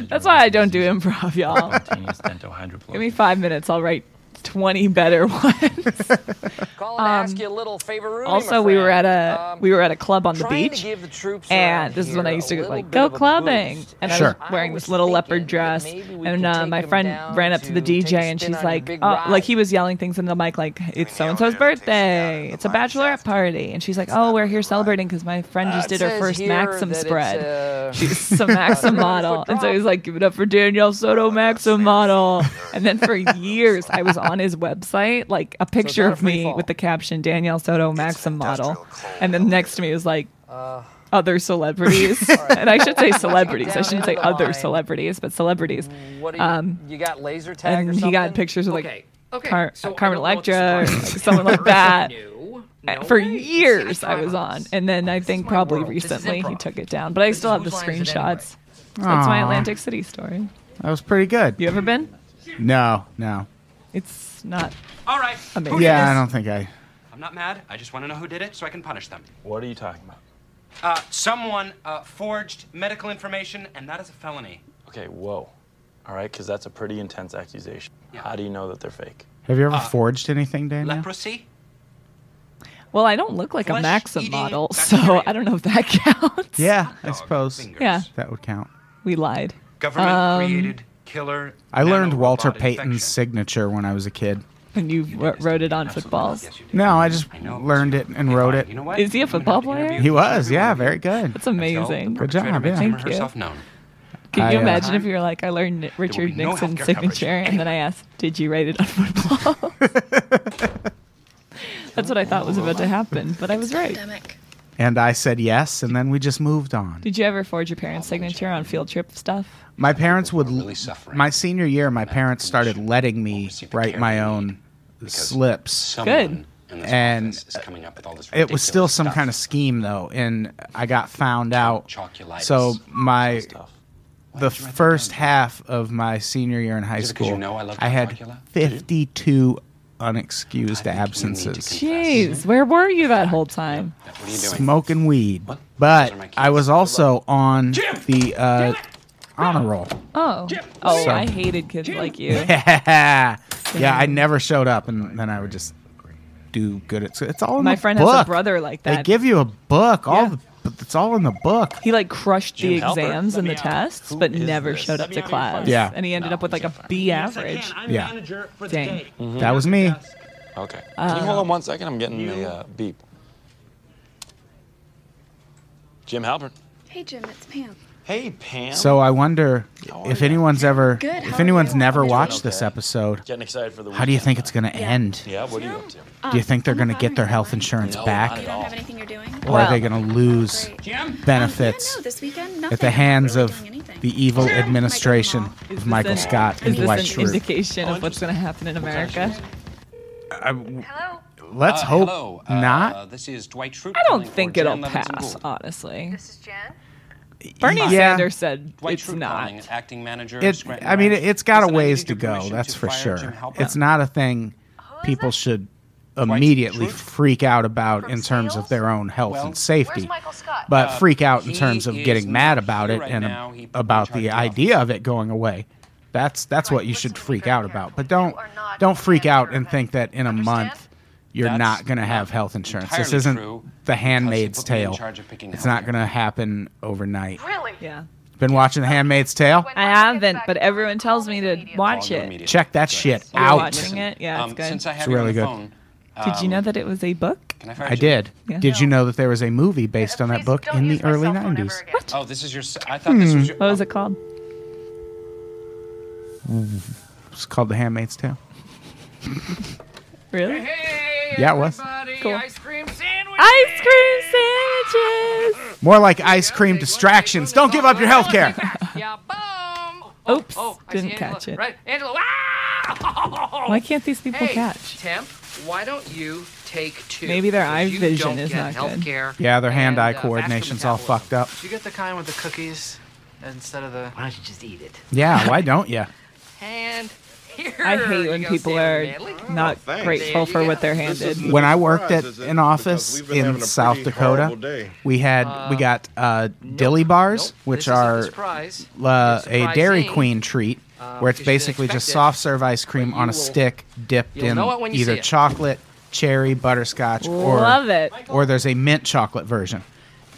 [SPEAKER 3] That's why I don't do improv, y'all.
[SPEAKER 7] Spontaneous dental
[SPEAKER 3] [laughs]
[SPEAKER 7] hydroploidy.
[SPEAKER 3] Give me five minutes. I'll write 20 better ones.
[SPEAKER 4] Call
[SPEAKER 10] calling to ask you a little favor.
[SPEAKER 3] also, we were at a
[SPEAKER 4] Um,
[SPEAKER 3] we were at a club on the
[SPEAKER 10] Um, trying to
[SPEAKER 3] beach,
[SPEAKER 10] give the troops
[SPEAKER 3] and
[SPEAKER 10] around
[SPEAKER 3] this is when I
[SPEAKER 10] here
[SPEAKER 3] used to
[SPEAKER 10] a
[SPEAKER 3] go,
[SPEAKER 10] little
[SPEAKER 3] like
[SPEAKER 10] bit
[SPEAKER 3] go
[SPEAKER 10] of a
[SPEAKER 3] clubbing, and
[SPEAKER 1] Sure.
[SPEAKER 3] I was wearing this little leopard dress, and uh, my friend ran up to the DJ, and she's like, oh, like he was yelling things into the mic, like it's so and so's birthday, it's a bachelorette party, and she's like, oh, we're here celebrating because my friend just
[SPEAKER 10] Uh, it
[SPEAKER 3] did her
[SPEAKER 10] says
[SPEAKER 3] first
[SPEAKER 10] here
[SPEAKER 3] Maxim
[SPEAKER 10] that it's,
[SPEAKER 3] spread.
[SPEAKER 10] uh,
[SPEAKER 3] She's a Maxim model, and so he's like, give it up for Danielle Soto Maxim model, and then
[SPEAKER 4] [laughs]
[SPEAKER 3] for years I was on his website, like a picture
[SPEAKER 10] not a
[SPEAKER 3] of
[SPEAKER 10] free
[SPEAKER 3] me
[SPEAKER 10] fall.
[SPEAKER 3] with the caption Danielle Soto Maxim model, and then next to me was like
[SPEAKER 10] Uh,
[SPEAKER 3] other celebrities.
[SPEAKER 4] [laughs]
[SPEAKER 3] and I should say celebrities. I shouldn't say
[SPEAKER 10] Down into the
[SPEAKER 3] other
[SPEAKER 10] line.
[SPEAKER 3] celebrities, but celebrities.
[SPEAKER 4] Mm,
[SPEAKER 10] What do you, you got laser tag
[SPEAKER 3] um, and
[SPEAKER 10] or
[SPEAKER 3] he got
[SPEAKER 10] something?
[SPEAKER 3] pictures of like
[SPEAKER 10] Okay,
[SPEAKER 4] okay,
[SPEAKER 3] Car-
[SPEAKER 4] so I
[SPEAKER 3] Carmen
[SPEAKER 4] don't know what
[SPEAKER 3] Electra, or
[SPEAKER 4] this
[SPEAKER 3] like, [laughs]
[SPEAKER 4] is.
[SPEAKER 3] someone like that. And For
[SPEAKER 4] way. See, I
[SPEAKER 3] years,
[SPEAKER 4] thought
[SPEAKER 3] I was
[SPEAKER 4] about
[SPEAKER 3] on, and then I think probably
[SPEAKER 4] world. This is
[SPEAKER 3] recently he
[SPEAKER 4] improv.
[SPEAKER 3] took it down. But I
[SPEAKER 4] This
[SPEAKER 3] still
[SPEAKER 4] is
[SPEAKER 3] have the
[SPEAKER 4] Whose Line Is It
[SPEAKER 3] screenshots. So That's my
[SPEAKER 1] Aw.
[SPEAKER 3] Atlantic City story.
[SPEAKER 1] That was pretty good.
[SPEAKER 3] You ever been?
[SPEAKER 1] No, no.
[SPEAKER 3] It's not.
[SPEAKER 8] All right.
[SPEAKER 3] Amazing.
[SPEAKER 8] Who did
[SPEAKER 1] Yeah, I
[SPEAKER 8] this?
[SPEAKER 1] don't think I.
[SPEAKER 8] I'm not mad. I just want to know who did it so I can punish them.
[SPEAKER 7] What are you talking about?
[SPEAKER 8] Uh, someone uh, forged medical information, and that is a felony.
[SPEAKER 7] Okay, whoa. All right, because that's a pretty intense accusation. How do you know that they're fake?
[SPEAKER 1] Have you ever
[SPEAKER 7] Uh,
[SPEAKER 1] forged anything, Daniel?
[SPEAKER 8] Leprosy?
[SPEAKER 3] Well, I don't look like a Maxim model, so I don't know if that [laughs] counts.
[SPEAKER 1] Yeah, I suppose.
[SPEAKER 3] Yeah.
[SPEAKER 1] That would count.
[SPEAKER 3] We lied.
[SPEAKER 8] Government
[SPEAKER 3] Um,
[SPEAKER 8] created killer.
[SPEAKER 1] I learned Walter
[SPEAKER 8] nanorobotic
[SPEAKER 1] Payton's signature when I was a kid.
[SPEAKER 3] And you w- wrote it on footballs.
[SPEAKER 1] No, I just learned it and wrote it.
[SPEAKER 3] Is he a football player?
[SPEAKER 1] He was, yeah, very good.
[SPEAKER 3] That's amazing.
[SPEAKER 1] Good job, yeah.
[SPEAKER 3] Thank you. Can
[SPEAKER 1] I,
[SPEAKER 3] you
[SPEAKER 1] uh,
[SPEAKER 3] imagine if you were like, I learned Ni- Richard
[SPEAKER 1] no
[SPEAKER 3] Nixon's
[SPEAKER 1] healthcare
[SPEAKER 3] signature, and then I asked, did you write it
[SPEAKER 1] [laughs]
[SPEAKER 3] on football? That's what I thought was about to happen, but I was right.
[SPEAKER 1] And I said yes, and then we just moved on.
[SPEAKER 3] Did you ever forge your parents' signature on field trip stuff?
[SPEAKER 1] My parents would. my senior year, my parents started letting me write my own slips.
[SPEAKER 3] Good.
[SPEAKER 1] And it was still some kind of scheme, though, and I got found out. So my the first half of my senior year in high
[SPEAKER 8] Is it 'cause
[SPEAKER 1] school,
[SPEAKER 8] you know I love
[SPEAKER 1] had
[SPEAKER 8] Dracula?
[SPEAKER 1] 52 unexcused absences.
[SPEAKER 3] Jeez, where were you that whole time?
[SPEAKER 8] are you doing?
[SPEAKER 1] smoking weed. But I was also on the uh, honor roll. [laughs]
[SPEAKER 3] Oh, oh,
[SPEAKER 1] So-
[SPEAKER 3] I hated kids like you.
[SPEAKER 1] Yeah. yeah, I never showed up, and then I would just do good. At, it's all in
[SPEAKER 3] My
[SPEAKER 1] the
[SPEAKER 3] friend
[SPEAKER 1] book.
[SPEAKER 3] has a brother like
[SPEAKER 1] They
[SPEAKER 3] that.
[SPEAKER 1] give you a book. All the, but it's all in the book.
[SPEAKER 3] He like crushed the
[SPEAKER 1] Jim Halpert.
[SPEAKER 3] exams and the tests, but never showed up to class.
[SPEAKER 1] Yeah.
[SPEAKER 3] and he ended up with like a B average.
[SPEAKER 1] Yeah.
[SPEAKER 3] Dang.
[SPEAKER 8] Mm-hmm.
[SPEAKER 1] That was me.
[SPEAKER 7] Okay. Can you hold on one second? I'm getting the uh, beep. Jim Halpert.
[SPEAKER 5] Hey, Jim, it's Pam.
[SPEAKER 7] Hey, Pam.
[SPEAKER 1] So I wonder
[SPEAKER 8] Oh,
[SPEAKER 1] if anyone's ever,
[SPEAKER 5] Good, how
[SPEAKER 1] if
[SPEAKER 5] are
[SPEAKER 1] anyone's
[SPEAKER 5] you?
[SPEAKER 1] never
[SPEAKER 5] I'm doing
[SPEAKER 1] watched this episode,
[SPEAKER 7] Getting excited for the
[SPEAKER 1] how do you
[SPEAKER 7] weekend,
[SPEAKER 1] think it's going to
[SPEAKER 5] Yeah.
[SPEAKER 1] end?
[SPEAKER 7] Yeah, what are you up to?
[SPEAKER 1] Do you think they're going to get their health insurance
[SPEAKER 7] No,
[SPEAKER 1] back?
[SPEAKER 7] not at all.
[SPEAKER 5] Have anything you're doing?
[SPEAKER 1] Or are they going to lose benefits
[SPEAKER 5] no, this weekend,
[SPEAKER 1] at
[SPEAKER 5] nothing.
[SPEAKER 1] the
[SPEAKER 5] I'm
[SPEAKER 1] hands of the evil administration of Michael
[SPEAKER 3] Is
[SPEAKER 1] Scott and
[SPEAKER 3] this
[SPEAKER 1] Dwight
[SPEAKER 3] an
[SPEAKER 1] Schrute?
[SPEAKER 3] indication of what's going to happen in America?
[SPEAKER 5] Hello.
[SPEAKER 1] Let's
[SPEAKER 8] Uh,
[SPEAKER 1] hope
[SPEAKER 8] hello, uh,
[SPEAKER 1] not.
[SPEAKER 8] This is Dwight Schrute.
[SPEAKER 3] I
[SPEAKER 8] calling
[SPEAKER 3] don't
[SPEAKER 8] for
[SPEAKER 3] think
[SPEAKER 8] Jan
[SPEAKER 3] it'll
[SPEAKER 8] Levinson Gould.
[SPEAKER 3] pass, honestly. This
[SPEAKER 5] is Jan.
[SPEAKER 3] Bernie
[SPEAKER 1] Yeah.
[SPEAKER 3] Sanders said
[SPEAKER 8] Dwight
[SPEAKER 3] it's
[SPEAKER 8] Schrute
[SPEAKER 3] not.
[SPEAKER 8] calling, acting manager.
[SPEAKER 1] It,
[SPEAKER 8] Scranton
[SPEAKER 1] I mean,
[SPEAKER 8] Ranch.
[SPEAKER 1] it's got a
[SPEAKER 8] Listen, I
[SPEAKER 1] ways
[SPEAKER 8] need
[SPEAKER 1] to
[SPEAKER 8] your
[SPEAKER 1] go.
[SPEAKER 8] permission
[SPEAKER 1] That's
[SPEAKER 8] to
[SPEAKER 1] for
[SPEAKER 8] fire
[SPEAKER 1] sure.
[SPEAKER 8] Jim Halpert.
[SPEAKER 1] It's not a thing people should immediately freak out about in terms of their own health and safety, but
[SPEAKER 8] Uh,
[SPEAKER 1] freak out in
[SPEAKER 8] he
[SPEAKER 1] terms of
[SPEAKER 8] is
[SPEAKER 1] getting mad
[SPEAKER 8] not
[SPEAKER 1] about
[SPEAKER 8] here
[SPEAKER 1] it
[SPEAKER 8] right
[SPEAKER 1] and ab-
[SPEAKER 8] now. He put me in
[SPEAKER 1] about
[SPEAKER 8] charge
[SPEAKER 1] the
[SPEAKER 8] of the
[SPEAKER 1] idea of it going away. That's that's what you should freak out about. But don't don't freak out and think that in a month you're not going to have health insurance. This
[SPEAKER 8] entirely
[SPEAKER 1] isn't
[SPEAKER 8] true,
[SPEAKER 1] The Handmaid's
[SPEAKER 8] put me in
[SPEAKER 1] Tale.
[SPEAKER 8] charge of picking
[SPEAKER 1] It's not going to happen overnight.
[SPEAKER 5] Really?
[SPEAKER 3] Yeah.
[SPEAKER 1] Been watching The Handmaid's Tale?
[SPEAKER 3] I haven't, but everyone tells me to watch it.
[SPEAKER 1] Check that shit
[SPEAKER 3] You're
[SPEAKER 1] out.
[SPEAKER 3] watching it? Yeah, it's good.
[SPEAKER 8] Um, Since I have
[SPEAKER 1] It's
[SPEAKER 8] um, you on
[SPEAKER 1] really
[SPEAKER 8] the
[SPEAKER 1] good.
[SPEAKER 8] phone,
[SPEAKER 3] Did you know that it was a book?
[SPEAKER 8] Can I fire
[SPEAKER 1] I
[SPEAKER 8] you?
[SPEAKER 1] did.
[SPEAKER 3] Yeah.
[SPEAKER 1] Did you know that there was a movie based on that book in the early 90s?
[SPEAKER 8] Oh, this is your. s- I thought this
[SPEAKER 1] Hmm.
[SPEAKER 8] was your.
[SPEAKER 3] What was it called?
[SPEAKER 1] It's called The Handmaid's Tale.
[SPEAKER 3] Really?
[SPEAKER 1] Yeah, it was.
[SPEAKER 3] Cool. Ice cream sandwiches. Ice cream sandwiches.
[SPEAKER 1] More like ice cream distractions. Don't give up your health care.
[SPEAKER 3] [laughs]
[SPEAKER 4] Oh,
[SPEAKER 3] Oops, didn't catch it.
[SPEAKER 4] Right, Angela. wow!
[SPEAKER 3] Why can't these people
[SPEAKER 4] Hey,
[SPEAKER 3] catch?
[SPEAKER 4] Temp, why don't you take two?
[SPEAKER 3] Maybe their
[SPEAKER 4] 'Cause
[SPEAKER 3] eye
[SPEAKER 4] you
[SPEAKER 3] vision
[SPEAKER 4] don't
[SPEAKER 3] is not
[SPEAKER 4] get
[SPEAKER 3] good.
[SPEAKER 1] [laughs]
[SPEAKER 4] healthcare
[SPEAKER 1] Yeah, their hand eye
[SPEAKER 4] and, uh, vascular
[SPEAKER 1] coordination's all
[SPEAKER 4] metabolism.
[SPEAKER 1] fucked up.
[SPEAKER 12] You get the kind with the cookies instead of the. Why don't you just eat it?
[SPEAKER 1] Yeah, why
[SPEAKER 13] [laughs]
[SPEAKER 1] don't you?
[SPEAKER 4] And here
[SPEAKER 3] I hate when
[SPEAKER 4] you go,
[SPEAKER 3] people
[SPEAKER 4] Sam
[SPEAKER 3] are
[SPEAKER 4] Manley.
[SPEAKER 3] not
[SPEAKER 4] thanks.
[SPEAKER 3] grateful
[SPEAKER 4] There
[SPEAKER 3] for
[SPEAKER 4] you
[SPEAKER 3] what
[SPEAKER 4] go.
[SPEAKER 3] they're
[SPEAKER 4] This
[SPEAKER 3] handed.
[SPEAKER 1] When I worked at
[SPEAKER 13] surprise, is it?
[SPEAKER 1] an office
[SPEAKER 13] Because we've been having
[SPEAKER 1] in
[SPEAKER 13] a
[SPEAKER 1] South
[SPEAKER 13] pretty
[SPEAKER 1] Dakota,
[SPEAKER 13] horrible day.
[SPEAKER 1] we had we got uh, dilly bars, which are
[SPEAKER 4] surprise.
[SPEAKER 1] uh, a
[SPEAKER 4] Surprise
[SPEAKER 1] Dairy
[SPEAKER 4] me.
[SPEAKER 1] Queen treat,
[SPEAKER 4] Uh,
[SPEAKER 1] where it's
[SPEAKER 4] because you didn't
[SPEAKER 1] basically just
[SPEAKER 4] expect it.
[SPEAKER 1] soft serve ice cream on a
[SPEAKER 4] you will-
[SPEAKER 1] stick dipped
[SPEAKER 4] you'll
[SPEAKER 1] in
[SPEAKER 4] know it when you see
[SPEAKER 1] either
[SPEAKER 4] it.
[SPEAKER 1] chocolate cherry, butterscotch,
[SPEAKER 3] Love
[SPEAKER 1] or
[SPEAKER 3] it.
[SPEAKER 1] or there's a mint chocolate version.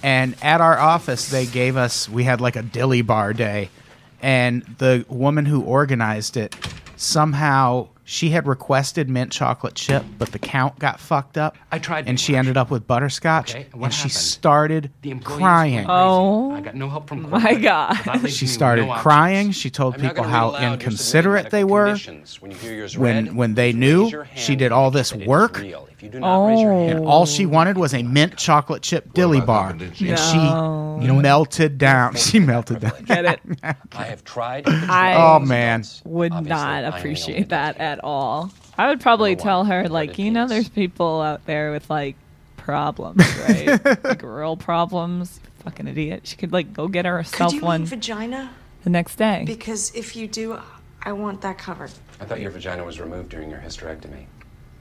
[SPEAKER 1] And at our office, they gave us we had like a dilly bar day, and the woman who organized it somehow she had requested mint chocolate chip, but the count got fucked up.
[SPEAKER 8] I tried
[SPEAKER 1] and she ended up with butterscotch,
[SPEAKER 8] Okay,
[SPEAKER 1] and
[SPEAKER 8] what
[SPEAKER 1] she
[SPEAKER 8] happened?
[SPEAKER 1] started
[SPEAKER 8] The employees
[SPEAKER 1] crying.
[SPEAKER 8] Oh, I got no help from my
[SPEAKER 3] God.
[SPEAKER 1] She
[SPEAKER 4] Hmm,
[SPEAKER 1] started crying. She told people how inconsiderate they were. When when they knew she did all this work, and all she wanted was a mint chocolate chip dilly bar, and she
[SPEAKER 3] No.
[SPEAKER 1] melted down. She melted down.
[SPEAKER 3] Get it?
[SPEAKER 8] I have tried.
[SPEAKER 3] I
[SPEAKER 1] oh man,
[SPEAKER 3] would not appreciate that at all. I would probably tell her, like, you know, there's people out there with like problems, right? like real problems. Fucking idiot. She could like go get herself
[SPEAKER 9] Could you
[SPEAKER 3] one
[SPEAKER 9] mean vagina?
[SPEAKER 3] the next day.
[SPEAKER 9] Because if you do, I want that covered.
[SPEAKER 8] I thought your vagina was removed during your hysterectomy.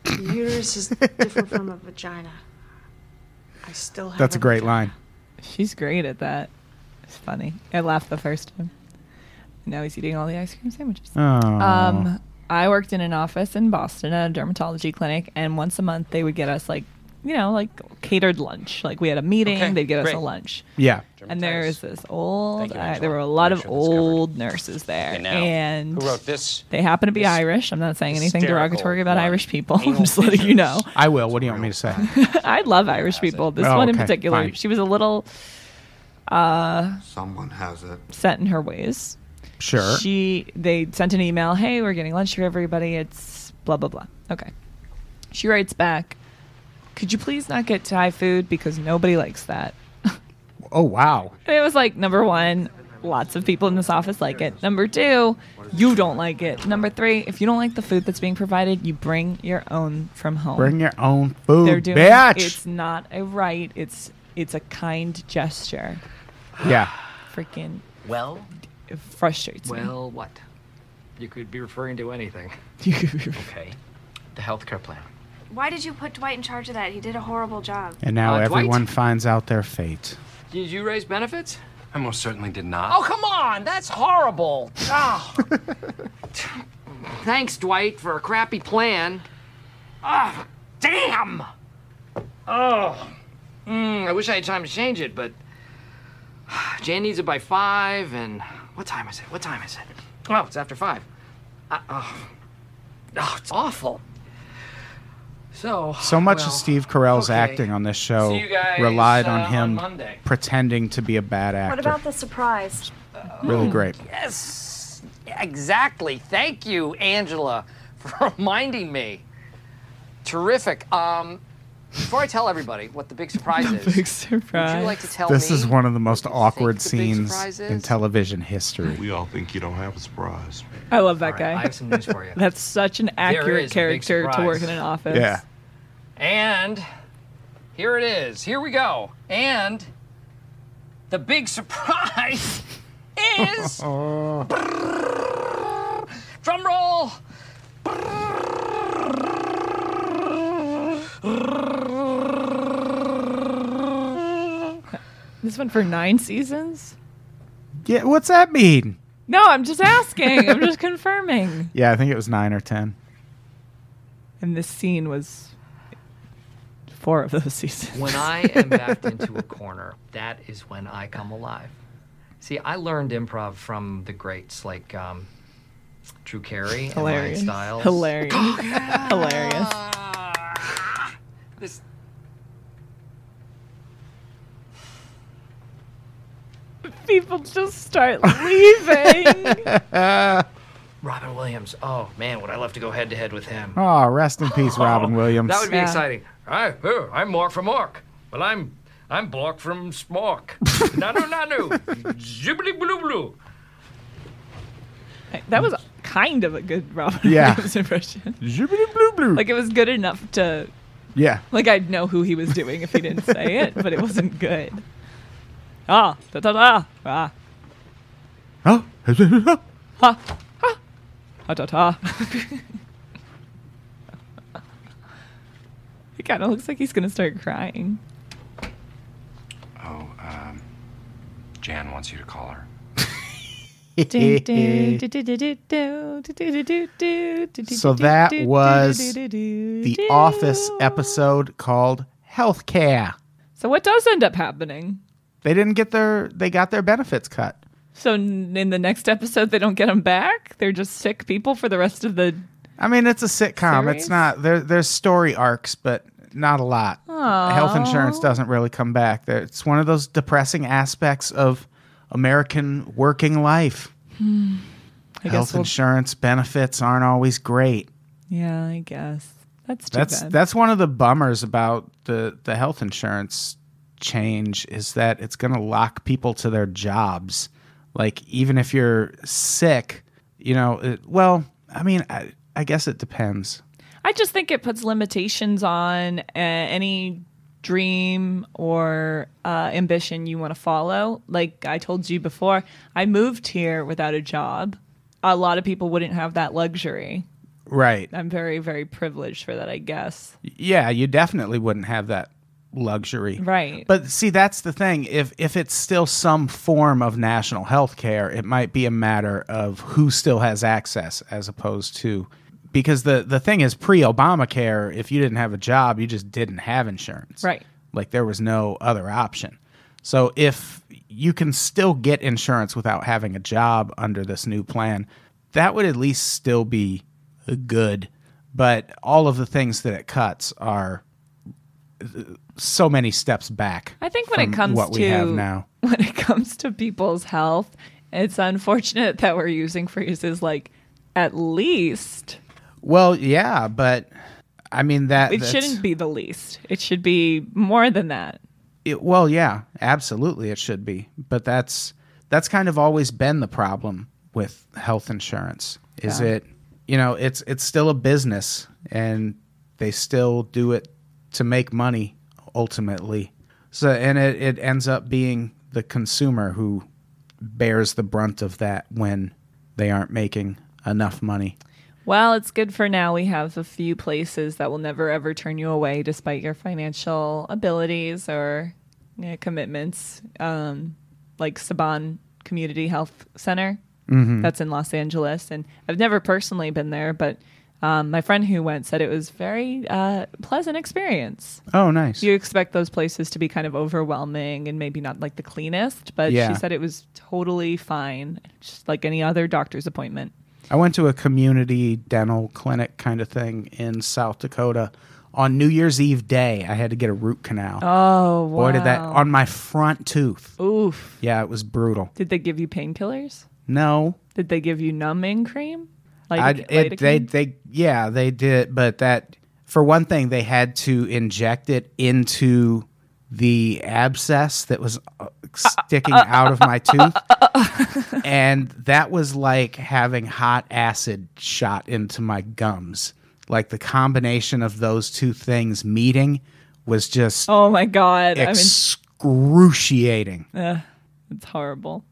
[SPEAKER 9] The uterus is different from a vagina. I still
[SPEAKER 1] [laughs]
[SPEAKER 9] have.
[SPEAKER 1] that's a great line.
[SPEAKER 3] She's great at that. It's funny. I laughed the first time. Now he's eating all the ice cream sandwiches.
[SPEAKER 1] Oh. Aw.
[SPEAKER 3] Um, I worked in an office in Boston at a dermatology clinic, and once a month they would get us like, you know, like catered lunch. Like we had a meeting,
[SPEAKER 10] Okay,
[SPEAKER 3] they'd get us
[SPEAKER 10] great.
[SPEAKER 3] a lunch.
[SPEAKER 1] Yeah.
[SPEAKER 3] And there was this old.
[SPEAKER 10] Thank you,
[SPEAKER 3] I-
[SPEAKER 10] Angela.
[SPEAKER 3] there were a lot
[SPEAKER 10] Make
[SPEAKER 3] of
[SPEAKER 10] sure that's
[SPEAKER 3] old nurses there,
[SPEAKER 10] now,
[SPEAKER 3] and
[SPEAKER 10] who wrote this-
[SPEAKER 3] They happen to be Irish. I'm not saying anything
[SPEAKER 10] hysterical
[SPEAKER 3] derogatory about
[SPEAKER 10] line?
[SPEAKER 3] Irish people. [laughs] I'm just letting you know.
[SPEAKER 1] I will. What do you want me to
[SPEAKER 3] [laughs]
[SPEAKER 1] say?
[SPEAKER 3] I love Irish people. This
[SPEAKER 1] Oh,
[SPEAKER 3] one in
[SPEAKER 1] okay,
[SPEAKER 3] particular,
[SPEAKER 1] fine.
[SPEAKER 3] she was a little uh,
[SPEAKER 11] Someone has it.
[SPEAKER 3] set in her ways.
[SPEAKER 1] Sure.
[SPEAKER 3] She they sent an email, "Hey, we're getting lunch for everybody. It's blah blah blah." Okay. She writes back, "Could you please not get Thai food because nobody likes that."
[SPEAKER 1] Oh wow.
[SPEAKER 3] And it was like number one, lots of people in this office like it. Number two, you don't like it. Number three, if you don't like the food that's being provided, you bring your own from home.
[SPEAKER 1] Bring your own food,
[SPEAKER 3] They're doing
[SPEAKER 1] bitch.
[SPEAKER 3] it's not a right. It's it's a kind gesture.
[SPEAKER 1] [laughs] Yeah.
[SPEAKER 3] Freaking
[SPEAKER 4] Well,
[SPEAKER 3] it frustrates me.
[SPEAKER 4] well, what? You could be referring
[SPEAKER 3] [laughs]
[SPEAKER 4] to anything. okay. The healthcare plan.
[SPEAKER 5] Why did you put Dwight in charge of that? He did a horrible job.
[SPEAKER 1] And now
[SPEAKER 4] Uh, Dwight?
[SPEAKER 1] everyone finds out their fate.
[SPEAKER 4] Did you raise benefits?
[SPEAKER 8] I most certainly did not.
[SPEAKER 10] Oh, come on. That's horrible.
[SPEAKER 4] Oh. Thanks, Dwight, for a crappy plan. Ah, damn! Oh, Mm, I wish I had time to change it, but Jan needs it by five, and what time is it? What time is it? Oh, it's after five. I, oh. oh, it's awful. So
[SPEAKER 1] So much
[SPEAKER 4] well,
[SPEAKER 1] of Steve Carell's
[SPEAKER 4] okay.
[SPEAKER 1] acting on this show
[SPEAKER 4] See you guys,
[SPEAKER 1] relied
[SPEAKER 4] uh,
[SPEAKER 1] on
[SPEAKER 4] on
[SPEAKER 1] him
[SPEAKER 4] Monday.
[SPEAKER 1] pretending to be a bad actor.
[SPEAKER 9] What about the surprise?
[SPEAKER 1] really
[SPEAKER 3] Hmm.
[SPEAKER 1] great.
[SPEAKER 10] Yes. Exactly. Thank you, Angela, [laughs] for reminding me. Terrific. Um, before I tell everybody what the big
[SPEAKER 3] [laughs]
[SPEAKER 10] surprise is,
[SPEAKER 3] Big
[SPEAKER 10] would you
[SPEAKER 3] surprise.
[SPEAKER 10] like to tell
[SPEAKER 1] This
[SPEAKER 10] me?
[SPEAKER 1] is one of the most awkward
[SPEAKER 10] the big
[SPEAKER 1] scenes
[SPEAKER 10] surprise
[SPEAKER 1] in
[SPEAKER 10] is?
[SPEAKER 1] television history.
[SPEAKER 11] We all think you don't have a surprise.
[SPEAKER 3] I love that guy.
[SPEAKER 4] I have some news
[SPEAKER 3] [laughs]
[SPEAKER 4] for you.
[SPEAKER 3] That's such an accurate
[SPEAKER 4] is a big
[SPEAKER 3] character to work
[SPEAKER 4] surprise.
[SPEAKER 3] in an office.
[SPEAKER 1] Yeah.
[SPEAKER 10] And here it is. Here we go. And the big surprise is
[SPEAKER 3] [laughs] Uh-huh.
[SPEAKER 10] drum roll.
[SPEAKER 3] This went for nine seasons?
[SPEAKER 1] Yeah, what's that mean?
[SPEAKER 3] No, I'm just asking. I'm just confirming.
[SPEAKER 1] Yeah, I think it was nine or ten.
[SPEAKER 3] [laughs] And this scene was four of those
[SPEAKER 4] [laughs]
[SPEAKER 3] seasons.
[SPEAKER 4] When I am backed into a corner, that is when I come alive. See, I learned improv from the greats like um, Drew Carey and Ryan
[SPEAKER 3] Hilarious. [gasps]
[SPEAKER 4] Stiles.
[SPEAKER 3] Hilarious. [laughs] Hilarious.
[SPEAKER 4] [laughs] This.
[SPEAKER 3] People just start [laughs] leaving.
[SPEAKER 4] Robin Williams. Oh man, would I love to go head to head with him?
[SPEAKER 1] Oh, rest in peace, Robin Williams.
[SPEAKER 4] That would be
[SPEAKER 3] Yeah.
[SPEAKER 4] exciting. I, oh, I'm Mark from Mark. Well, I'm I'm Block from Smork. Nanu nanu. Zibbity blue blue.
[SPEAKER 3] that was kind of a good Robin
[SPEAKER 1] Yeah.
[SPEAKER 3] Williams impression.
[SPEAKER 1] Zibbity blue blue.
[SPEAKER 3] Like it was good enough to
[SPEAKER 1] yeah.
[SPEAKER 3] like I'd know who he was doing if he didn't say it, but it wasn't [laughs] good. Ah, da da da. Ah,
[SPEAKER 1] Oh.
[SPEAKER 3] ha da da. He kind of looks like he's gonna start crying.
[SPEAKER 1] [laughs]
[SPEAKER 8] Oh, um, Jan wants you to call her.
[SPEAKER 1] So Eh,
[SPEAKER 3] So
[SPEAKER 1] that was the Office episode called Healthcare.
[SPEAKER 3] So what does end up happening?
[SPEAKER 1] They didn't get their they got their benefits cut.
[SPEAKER 3] So n- in the next episode, they don't get them back. They're just sick people for the rest of the.
[SPEAKER 1] I mean, it's a sitcom.
[SPEAKER 3] Series?
[SPEAKER 1] It's not there. There's story arcs, but not a lot.
[SPEAKER 3] Aw.
[SPEAKER 1] Health insurance doesn't really come back. There, it's one of those depressing aspects of American working life.
[SPEAKER 3] Hmm. I guess
[SPEAKER 1] Health
[SPEAKER 3] we'll-
[SPEAKER 1] insurance benefits aren't always great.
[SPEAKER 3] Yeah, I guess that's too
[SPEAKER 1] That's
[SPEAKER 3] bad.
[SPEAKER 1] that's one of the bummers about the the health insurance change is that it's going to lock people to their jobs. Like even if you're sick, you know. It, well, I mean, I, I guess it depends.
[SPEAKER 3] I just think it puts limitations on uh, any dream or uh, ambition you want to follow. Like I told you before, I moved here without a job. A lot of people wouldn't have that luxury.
[SPEAKER 1] Right.
[SPEAKER 3] I'm very, very privileged for that, I guess.
[SPEAKER 1] Yeah, you definitely wouldn't have that luxury.
[SPEAKER 3] Right.
[SPEAKER 1] But see, that's the thing. If if it's still some form of national health care, it might be a matter of who still has access as opposed to because the the thing is pre Obamacare, if you didn't have a job, you just didn't have insurance.
[SPEAKER 3] Right.
[SPEAKER 1] Like there was no other option. So if you can still get insurance without having a job under this new plan, that would at least still be good. But all of the things that it cuts are uh, so many steps back.
[SPEAKER 3] I think when it
[SPEAKER 1] from
[SPEAKER 3] comes
[SPEAKER 1] what
[SPEAKER 3] to
[SPEAKER 1] we have now,
[SPEAKER 3] [laughs] when it comes to people's health, it's unfortunate that we're using phrases like at least.
[SPEAKER 1] well, yeah, but I mean that
[SPEAKER 3] It
[SPEAKER 1] that's-
[SPEAKER 3] shouldn't be the least. It should be more than that.
[SPEAKER 1] It, well, yeah, absolutely, it should be. But that's that's kind of always been the problem with health insurance. Is
[SPEAKER 3] Yeah.
[SPEAKER 1] it you know it's it's still a business and they still do it to make money ultimately. So and it, it ends up being the consumer who bears the brunt of that when they aren't making enough money.
[SPEAKER 3] Well, it's good for now. We have a few places that will never ever turn you away despite your financial abilities or you know, commitments, um, like Saban Community Health Center.
[SPEAKER 13] Mhm.
[SPEAKER 3] That's in Los Angeles. And I've never personally been there, but um, my friend who went said it was very uh, pleasant experience.
[SPEAKER 1] Oh, nice.
[SPEAKER 3] You expect those places to be kind of overwhelming and maybe not like the cleanest, but
[SPEAKER 1] Yeah.
[SPEAKER 3] she said it was totally fine, just like any other doctor's appointment.
[SPEAKER 1] I went to a community dental clinic kind of thing in South Dakota on New Year's Eve day. I had to get a root canal.
[SPEAKER 3] Oh, wow.
[SPEAKER 1] Boy, did that on my front tooth.
[SPEAKER 3] Oof.
[SPEAKER 1] Yeah, it was brutal.
[SPEAKER 3] Did they give you painkillers?
[SPEAKER 1] No,
[SPEAKER 3] Did they give you numbing cream?
[SPEAKER 1] I,
[SPEAKER 3] Like
[SPEAKER 1] it, they, they, yeah, they did. But that, for one thing, they had to inject it into the abscess that was uh, sticking out of
[SPEAKER 3] uh,
[SPEAKER 1] my tooth.
[SPEAKER 3] [laughs]
[SPEAKER 1] and that was like having hot acid shot into my gums. Like the combination of those two things meeting was just
[SPEAKER 3] Oh my god! I mean,
[SPEAKER 1] excruciating.
[SPEAKER 3] ugh, it's horrible.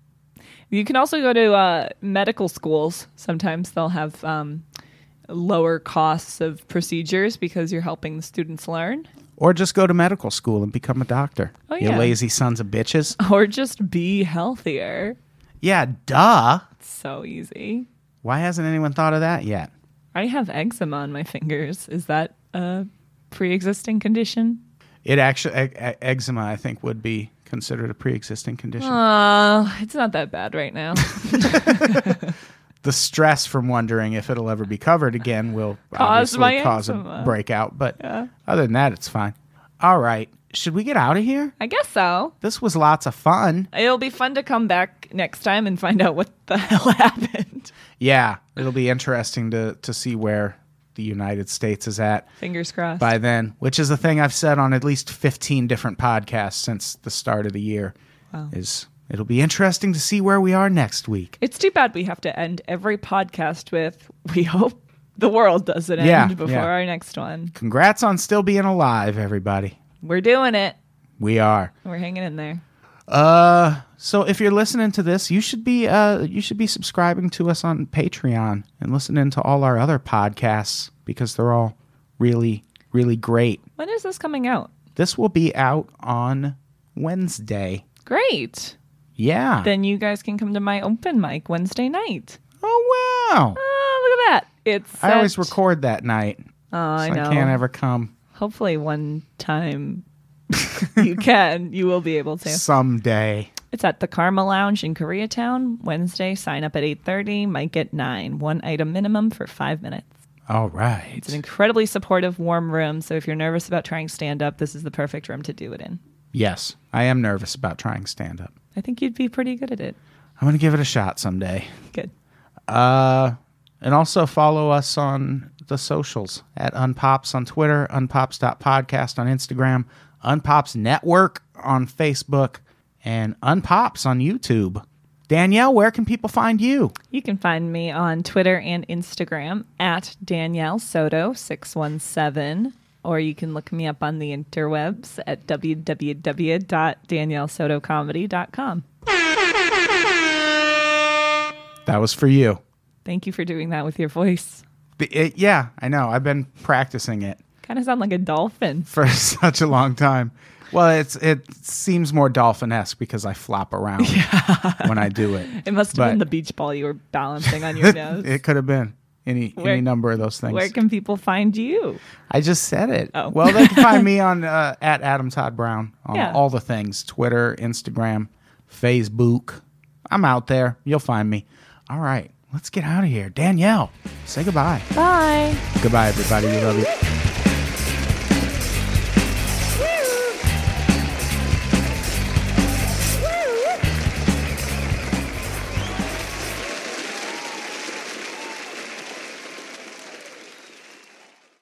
[SPEAKER 3] You can also go to uh, medical schools. Sometimes they'll have um, lower costs of procedures because you're helping the students learn, [laughs]
[SPEAKER 1] Or just go to medical school and become a doctor.
[SPEAKER 3] Oh,
[SPEAKER 1] You
[SPEAKER 3] yeah. Oh.
[SPEAKER 1] lazy sons of bitches.
[SPEAKER 3] or just be healthier.
[SPEAKER 1] Yeah, duh.
[SPEAKER 3] It's so easy.
[SPEAKER 1] Why hasn't anyone thought of that yet?
[SPEAKER 3] I have eczema on my fingers. Is that a pre-existing condition?
[SPEAKER 1] It actually, e- e- eczema, I think, would be considered a pre existing condition.
[SPEAKER 3] Uh, it's not that bad right now. [laughs]
[SPEAKER 1] the stress from wondering if it'll ever be covered again will
[SPEAKER 3] [laughs] Cause
[SPEAKER 1] obviously
[SPEAKER 3] my
[SPEAKER 1] cause a
[SPEAKER 3] eczema.
[SPEAKER 1] breakout. But
[SPEAKER 3] Yeah.
[SPEAKER 1] other than that, it's fine. All right. Should we get out of here?
[SPEAKER 3] I guess so.
[SPEAKER 1] This was lots of fun.
[SPEAKER 3] It'll be fun to come back next time and find out what the [laughs] hell happened.
[SPEAKER 1] Yeah. It'll be interesting to, to see where the United States is at.
[SPEAKER 3] Fingers crossed.
[SPEAKER 1] by then, which is a thing I've said on at least 15 different podcasts since the start of the year.
[SPEAKER 3] Wow.
[SPEAKER 1] Is it'll be interesting to see where we are next week.
[SPEAKER 3] It's too bad we have to end every podcast with we hope the world doesn't
[SPEAKER 1] Yeah,
[SPEAKER 3] end before
[SPEAKER 1] yeah.
[SPEAKER 3] our next one.
[SPEAKER 1] Congrats on still being alive, everybody.
[SPEAKER 3] We're doing it.
[SPEAKER 1] We are.
[SPEAKER 3] We're hanging in there.
[SPEAKER 1] Uh so if you're listening to this, you should be uh you should be subscribing to us on Patreon and listening to all our other podcasts because they're all really really great.
[SPEAKER 3] When is this coming out?
[SPEAKER 1] This will be out on Wednesday.
[SPEAKER 3] Great.
[SPEAKER 1] Yeah.
[SPEAKER 3] Then you guys can come to my open mic Wednesday night.
[SPEAKER 1] Oh, wow.
[SPEAKER 3] Oh, look at that. It's
[SPEAKER 1] I always
[SPEAKER 3] at-
[SPEAKER 1] record that night.
[SPEAKER 3] Oh, I
[SPEAKER 1] so
[SPEAKER 3] know.
[SPEAKER 1] I can't ever come.
[SPEAKER 3] Hopefully, one
[SPEAKER 1] [laughs]
[SPEAKER 3] time you can. You will be able to.
[SPEAKER 1] Someday.
[SPEAKER 3] It's at the Karma Lounge in Koreatown Wednesday. Sign up at eight thirty. Mic at nine. One item minimum for five minutes.
[SPEAKER 1] All right.
[SPEAKER 3] It's an incredibly supportive, warm room. So if you're nervous about trying stand up, this is the perfect room to do it in.
[SPEAKER 1] Yes, I am nervous about trying stand up.
[SPEAKER 3] I think you'd be pretty good at it.
[SPEAKER 1] I'm going to give it a shot someday.
[SPEAKER 3] Good.
[SPEAKER 1] Uh, and also follow us on the socials at Unpops on Twitter, Unpops.podcast on Instagram, Unpops Network on Facebook, and Unpops on YouTube. Danielle, where can people find you?
[SPEAKER 3] You can find me on Twitter and Instagram at Danielle Soto six one seven, or you can look me up on the interwebs at www.daniellesotocomedy.com.
[SPEAKER 1] That was for you.
[SPEAKER 3] Thank you for doing that with your voice.
[SPEAKER 1] B- it- yeah, I know. I've been practicing it [laughs]
[SPEAKER 3] Kind of sound like a dolphin.
[SPEAKER 1] for such a long time. Well, it's it seems more dolphin esque because I flop [laughs] around when I do it.
[SPEAKER 3] It must have been the
[SPEAKER 1] But-
[SPEAKER 3] beach ball you were balancing on
[SPEAKER 1] [laughs]
[SPEAKER 3] your nose.
[SPEAKER 1] it could have been any
[SPEAKER 3] Where-
[SPEAKER 1] any number of those things.
[SPEAKER 3] Where can people find you?
[SPEAKER 1] I just said it.
[SPEAKER 3] Oh.
[SPEAKER 1] Well, they can find
[SPEAKER 3] [laughs]
[SPEAKER 1] me on uh, at Adam Todd Brown on
[SPEAKER 3] Yeah.
[SPEAKER 1] all the things Twitter, Instagram, Facebook. I'm out there. You'll find me. All right, let's get out of here. Danielle, say goodbye.
[SPEAKER 3] Bye.
[SPEAKER 1] Goodbye, everybody. We love you.